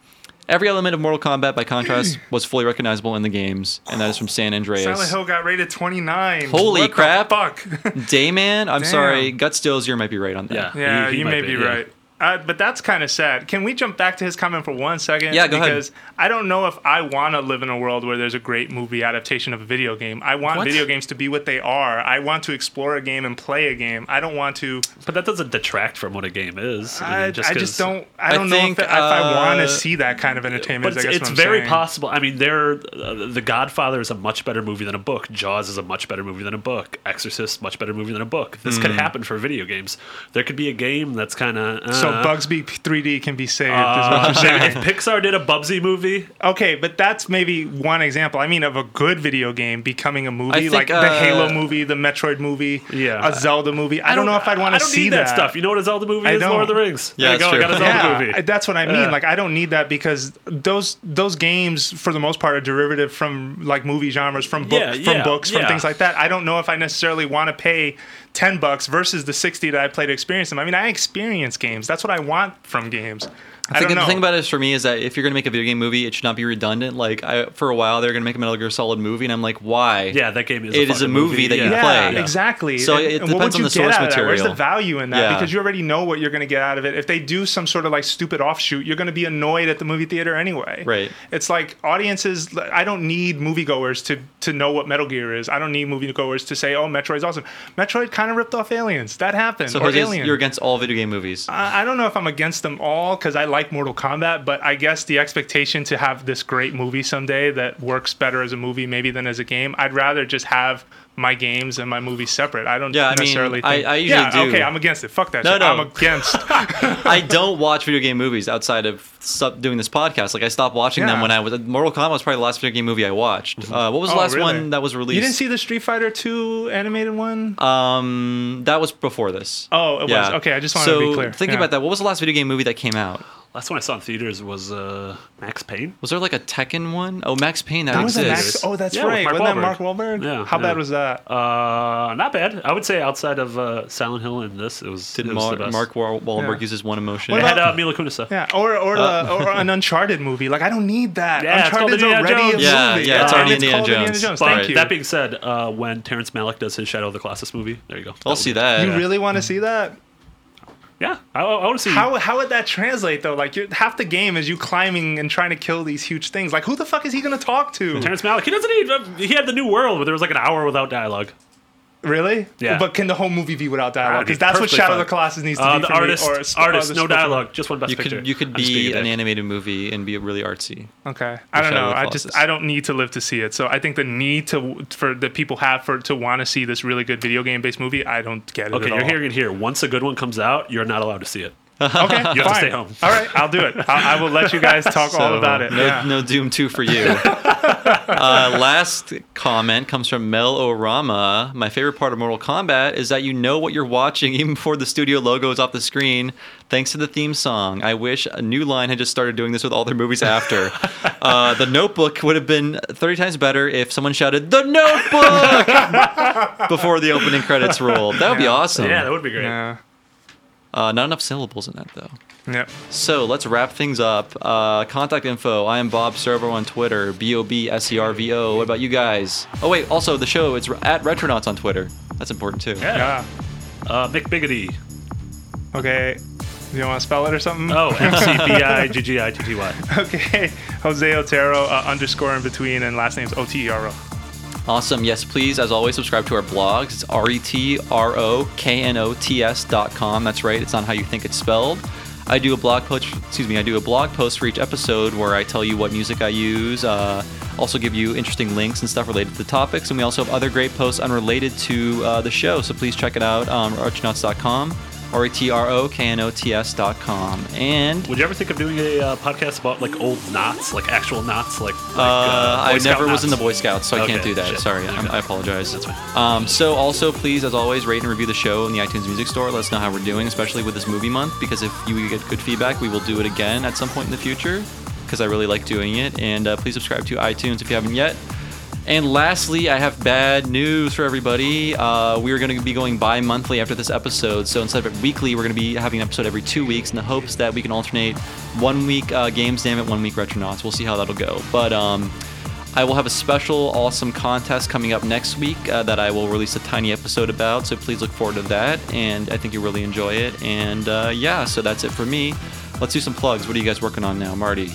A: Every element of Mortal Kombat, by contrast, was fully recognizable in the games, and that is from San Andreas.
B: Silent Hill got rated 29.
A: Holy
B: What the
A: crap.
B: fuck.
A: Dayman, I'm
B: Damn.
A: sorry, Guts Dozier might be right on that.
C: Yeah.
B: Yeah,
C: He- he
B: you
C: might
B: may
C: be,
B: be,
C: yeah.
B: right. Uh, but that's kind of sad. Can we jump back to his comment for one second?
A: Yeah, go ahead.
B: because I don't know if I want to live in a world where there's a great movie adaptation of a video game. I want
C: What?
B: video games to be what they are. I want to explore a game and play a game. I don't want to.
C: But that doesn't detract from what a game is.
B: I,
C: mean,
B: I
C: 'cause-
B: just don't. I don't
A: think,
B: know if, if I want
A: uh,
B: to see that kind of entertainment.
C: But it's,
B: is, I guess
C: it's
B: what I'm
C: very
B: saying.
C: possible. I mean, there, uh, The Godfather is a much better movie than a book. Jaws is a much better movie than a book. Exorcist, much better movie than a book. This
B: Hmm.
C: could happen for video games. There could be a game that's kind of uh,
B: So Bugsby 3D can be saved. is what
C: uh,
B: you're saying.
C: if Pixar did a Bubsy movie,
B: Okay, but that's maybe one example. I mean, of a good video game becoming a movie,
A: I think,
B: like the
A: uh,
B: Halo movie, the Metroid movie,
C: Yeah.
B: a Zelda movie. I, don't know if I'd want
C: I
B: to
C: don't
B: see
C: need that, stuff. You know what a Zelda movie
B: I
C: is? Lord of the
B: don't.
C: Rings.
A: Yeah,
C: there
A: that's
C: you go. I got a
A: true.
C: Zelda
B: yeah,
C: movie.
B: I- that's what I mean.
C: Yeah.
B: Like, I don't need that because those those games, for the most part, are derivative from like movie genres, from book,
C: Yeah,
B: from
C: yeah,
B: books, from
C: yeah.
B: things like that. I don't know if I necessarily want to pay ten bucks versus the sixty that I play to experience them. I mean, I experience games. That's what I want from games. I,
A: I think
B: don't know.
A: the thing about it is for me is that if you're going to make a video game movie, it should not be redundant. Like I, for a while, they're going to make a Metal Gear Solid movie, and I'm like, why?
C: yeah, that game is.
A: It
C: a
A: is a
C: fucking
A: movie that you
C: yeah.
A: play.
B: Yeah,
C: Yeah.
B: exactly.
A: So it
B: what
A: depends
B: would
A: on the
B: you get
A: source
B: out of that? Where's
A: material.
B: the value in that?
A: Yeah.
B: Because you already know what you're going to get out of it. If they do some sort of like stupid offshoot, you're going to be annoyed at the movie theater anyway.
A: Right.
B: It's like audiences. I don't need moviegoers to to know what Metal Gear is. I don't need moviegoers to say, "Oh, Metroid's awesome." Metroid kind of ripped off Aliens. That happened.
A: So
B: or
A: Jose,
B: Alien.
A: you're against all video game movies.
B: I I don't know if I'm against them all because I like Mortal Kombat, but I guess the expectation to have this great movie someday that works better as a movie maybe than as a game, I'd rather just have my games and my movies separate. I don't
A: Yeah, I mean,
B: necessarily
A: I-
B: think.
A: I usually
B: yeah,
A: do.
B: okay, I'm against it. Fuck that
A: No,
B: shit.
A: no.
B: I'm against.
A: I don't watch video game movies outside of stop doing this podcast. Like I stopped watching them
B: Yeah.
A: when I was Mortal Kombat was probably the last video game movie I watched. Uh, what was the
B: Oh,
A: last
B: really?
A: one that was released?
B: You didn't see the Street Fighter 2 animated one?
A: Um, that was before this.
B: Oh, it was. Okay, I just wanted
A: so
B: to be clear.
A: Thinking
B: Yeah.
A: about that, what was the last video game movie that came out?
C: Last one I saw in theaters was uh, Max Payne.
A: Was there like a Tekken one? Oh, Max Payne that,
B: that was a
A: exists.
B: Max. Oh, that's
C: Yeah, with
B: right.
C: Mark
B: Wasn't
C: Wahlberg.
B: that Mark Wahlberg?
C: Yeah,
B: How
C: yeah.
B: bad was that?
C: Uh, not bad. I would say outside of uh, Silent Hill and this, it was.
A: Did
C: it was
A: Mar-
C: the best.
A: Mark Wa- Wahlberg
B: Yeah.
A: uses one emotion?
B: What
C: It
B: about-
C: had uh, Mila Kunis. though.
B: yeah, or or,
A: Uh,
B: the, or an Uncharted movie. Like I don't need that.
C: Yeah, it's called
B: Uncharted's
C: Indiana
B: already
C: Jones.
B: a
A: Yeah,
B: movie.
A: yeah, it's
B: Uh,
A: already
B: and
A: Indiana
B: called
A: Jones.
B: Indiana Jones.
C: But
B: Thank you.
C: that being said, uh, when Terrence Malick does his Shadow of the Colossus movie, there you go.
A: I'll
C: That
A: see
C: would be-
A: that.
B: You really want to see that?
C: Yeah, I, I want to see.
B: How, how would that translate though? Like you're, half the game is you climbing and trying to kill these huge things. Like who the fuck is he gonna talk to?
C: Terrence Malick, he doesn't need. uh, He had the New World, where there was like an hour without dialogue.
B: Really?
C: Yeah.
B: But can the whole movie be without dialogue?
C: That'd be
B: Because that's what
C: perfectly
B: Shadow of
C: fine.
B: the Colossus needs to
C: Uh,
B: be.
C: the
B: for me,
C: artist,
B: or a sp-
C: artist,
B: or the
C: no
B: spoken-
C: dialogue, just one best
A: you
C: picture.
A: could you could
C: I'm just being
A: be
C: a
A: an
C: dick.
A: animated movie and be really artsy.
B: Okay. I don't
A: Shadow
B: know.
A: of the
B: I just
A: Colossus.
B: I don't need to live to see it. So I think the need to for that people have for to want to see this really good video game based movie, I don't get it.
C: Okay,
B: at
C: you're
B: all.
C: hearing it here. Once a good one comes out, you're not allowed to see it.
B: Okay,
C: You have to
B: fine.
C: stay home.
B: All right, I'll do it. I, I will let you guys talk all
A: So,
B: about it.
A: No,
B: yeah.
A: no Doom Two for you. uh, last comment comes from Mel Orama. My favorite part of Mortal Kombat is that you know what you're watching even before the studio logo is off the screen, thanks to the theme song. I wish a new line had just started doing this with all their movies after. uh, the Notebook would have been 30 times better if someone shouted "The Notebook" before the opening credits rolled. That would be
B: Yeah.
A: awesome.
C: Yeah, that would be great.
B: Yeah.
A: Uh, not enough syllables in that though.
B: Yep.
A: So let's wrap things up. Uh, contact info. I am Bob Servo on Twitter. B O B S E R V O. What about you guys? Oh wait, also the show. It's at Retronauts on Twitter. That's important too.
C: Yeah.
B: Yeah.
C: Uh, Mick Biggity.
B: Okay. Do you want to spell it or something?
C: Oh, M C B I G G I T T Y.
B: Okay. Jose Otero uh, underscore in between and last name's O T E R O.
A: Awesome. Yes, please. As always, subscribe to our blogs. It's R E T R O K N O T S dot com. That's right. It's not how you think it's spelled. I do a blog post. Excuse me. I do a blog post for each episode where I tell you what music I use. Uh, also give you interesting links and stuff related to the topics. And we also have other great posts unrelated to uh, the show. So please check it out. Um, archnauts.com. R E T R O K N O T S dot com. And
C: Would you ever think of doing a uh, podcast about like old knots, like actual knots, like? like
A: Uh,
C: Boy
A: I
C: Scout
A: never was in the
C: knots?
A: Boy Scouts, so I can't
C: Okay,
A: do that.
C: shit.
A: Sorry, I'm,
C: Okay.
A: I apologize.
C: That's fine.
A: Um, so also, please, as always, rate and review the show in the iTunes Music Store. Let us know how we're doing, especially with this movie month, because if you get good feedback, we will do it again at some point in the future, because I really like doing it. And uh, please subscribe to iTunes if you haven't yet. And lastly, I have bad news for everybody. Uh, we are going to be going bi monthly after this episode. So instead of weekly, we're going to be having an episode every two weeks in the hopes that we can alternate one week uh, Games Damn It, one week Retronauts. We'll see how that'll go. But um, I will have a special awesome contest coming up next week uh, that I will release a tiny episode about. So please look forward to that. And I think you'll really enjoy it. And uh, yeah, so that's it for me. Let's do some plugs. What are you guys working on now, Marty?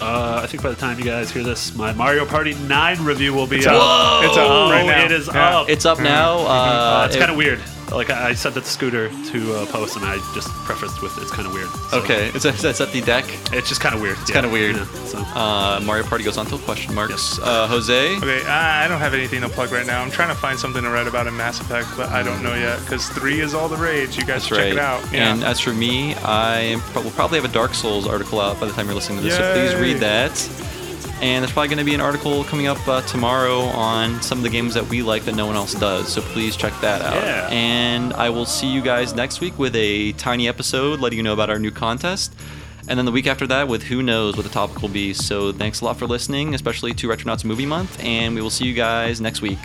C: Uh, I think by the time you guys hear this, my Mario Party 9 review will be
B: It's
C: up.
B: up. It's up
C: Oh,
B: right now.
C: It is
B: Yeah.
C: up.
A: It's up now.
C: Uh,
A: Uh,
C: it's
A: it-
C: kind of weird. Like I, I sent that to Scooter to uh, post, and I just prefaced with it's kind of weird. So,
A: Okay, it's, it's at the deck.
C: It's just kind of weird. It's
A: kinda weird.
C: so.
A: Uh, Mario Party goes on till question marks. Uh, Jose,
B: Okay, I I don't have anything to plug right now. I'm trying to find something to write about in Mass Effect, but I don't know yet because three is all the rage. You guys
A: that's
B: should check
A: right.
B: it out.
A: And as for me, I am prob- will probably have a Dark Souls article out by the time you're listening to this, so please
B: Yay.
A: read that. And there's probably going to be an article coming up uh, tomorrow on some of the games that we like that no one else does. So please check that out.
C: Yeah.
A: And I will see you guys next week with a tiny episode letting you know about our new contest. And then the week after that with who knows what the topic will be. So thanks a lot for listening, especially to Retronauts Movie Month. And we will see you guys next week.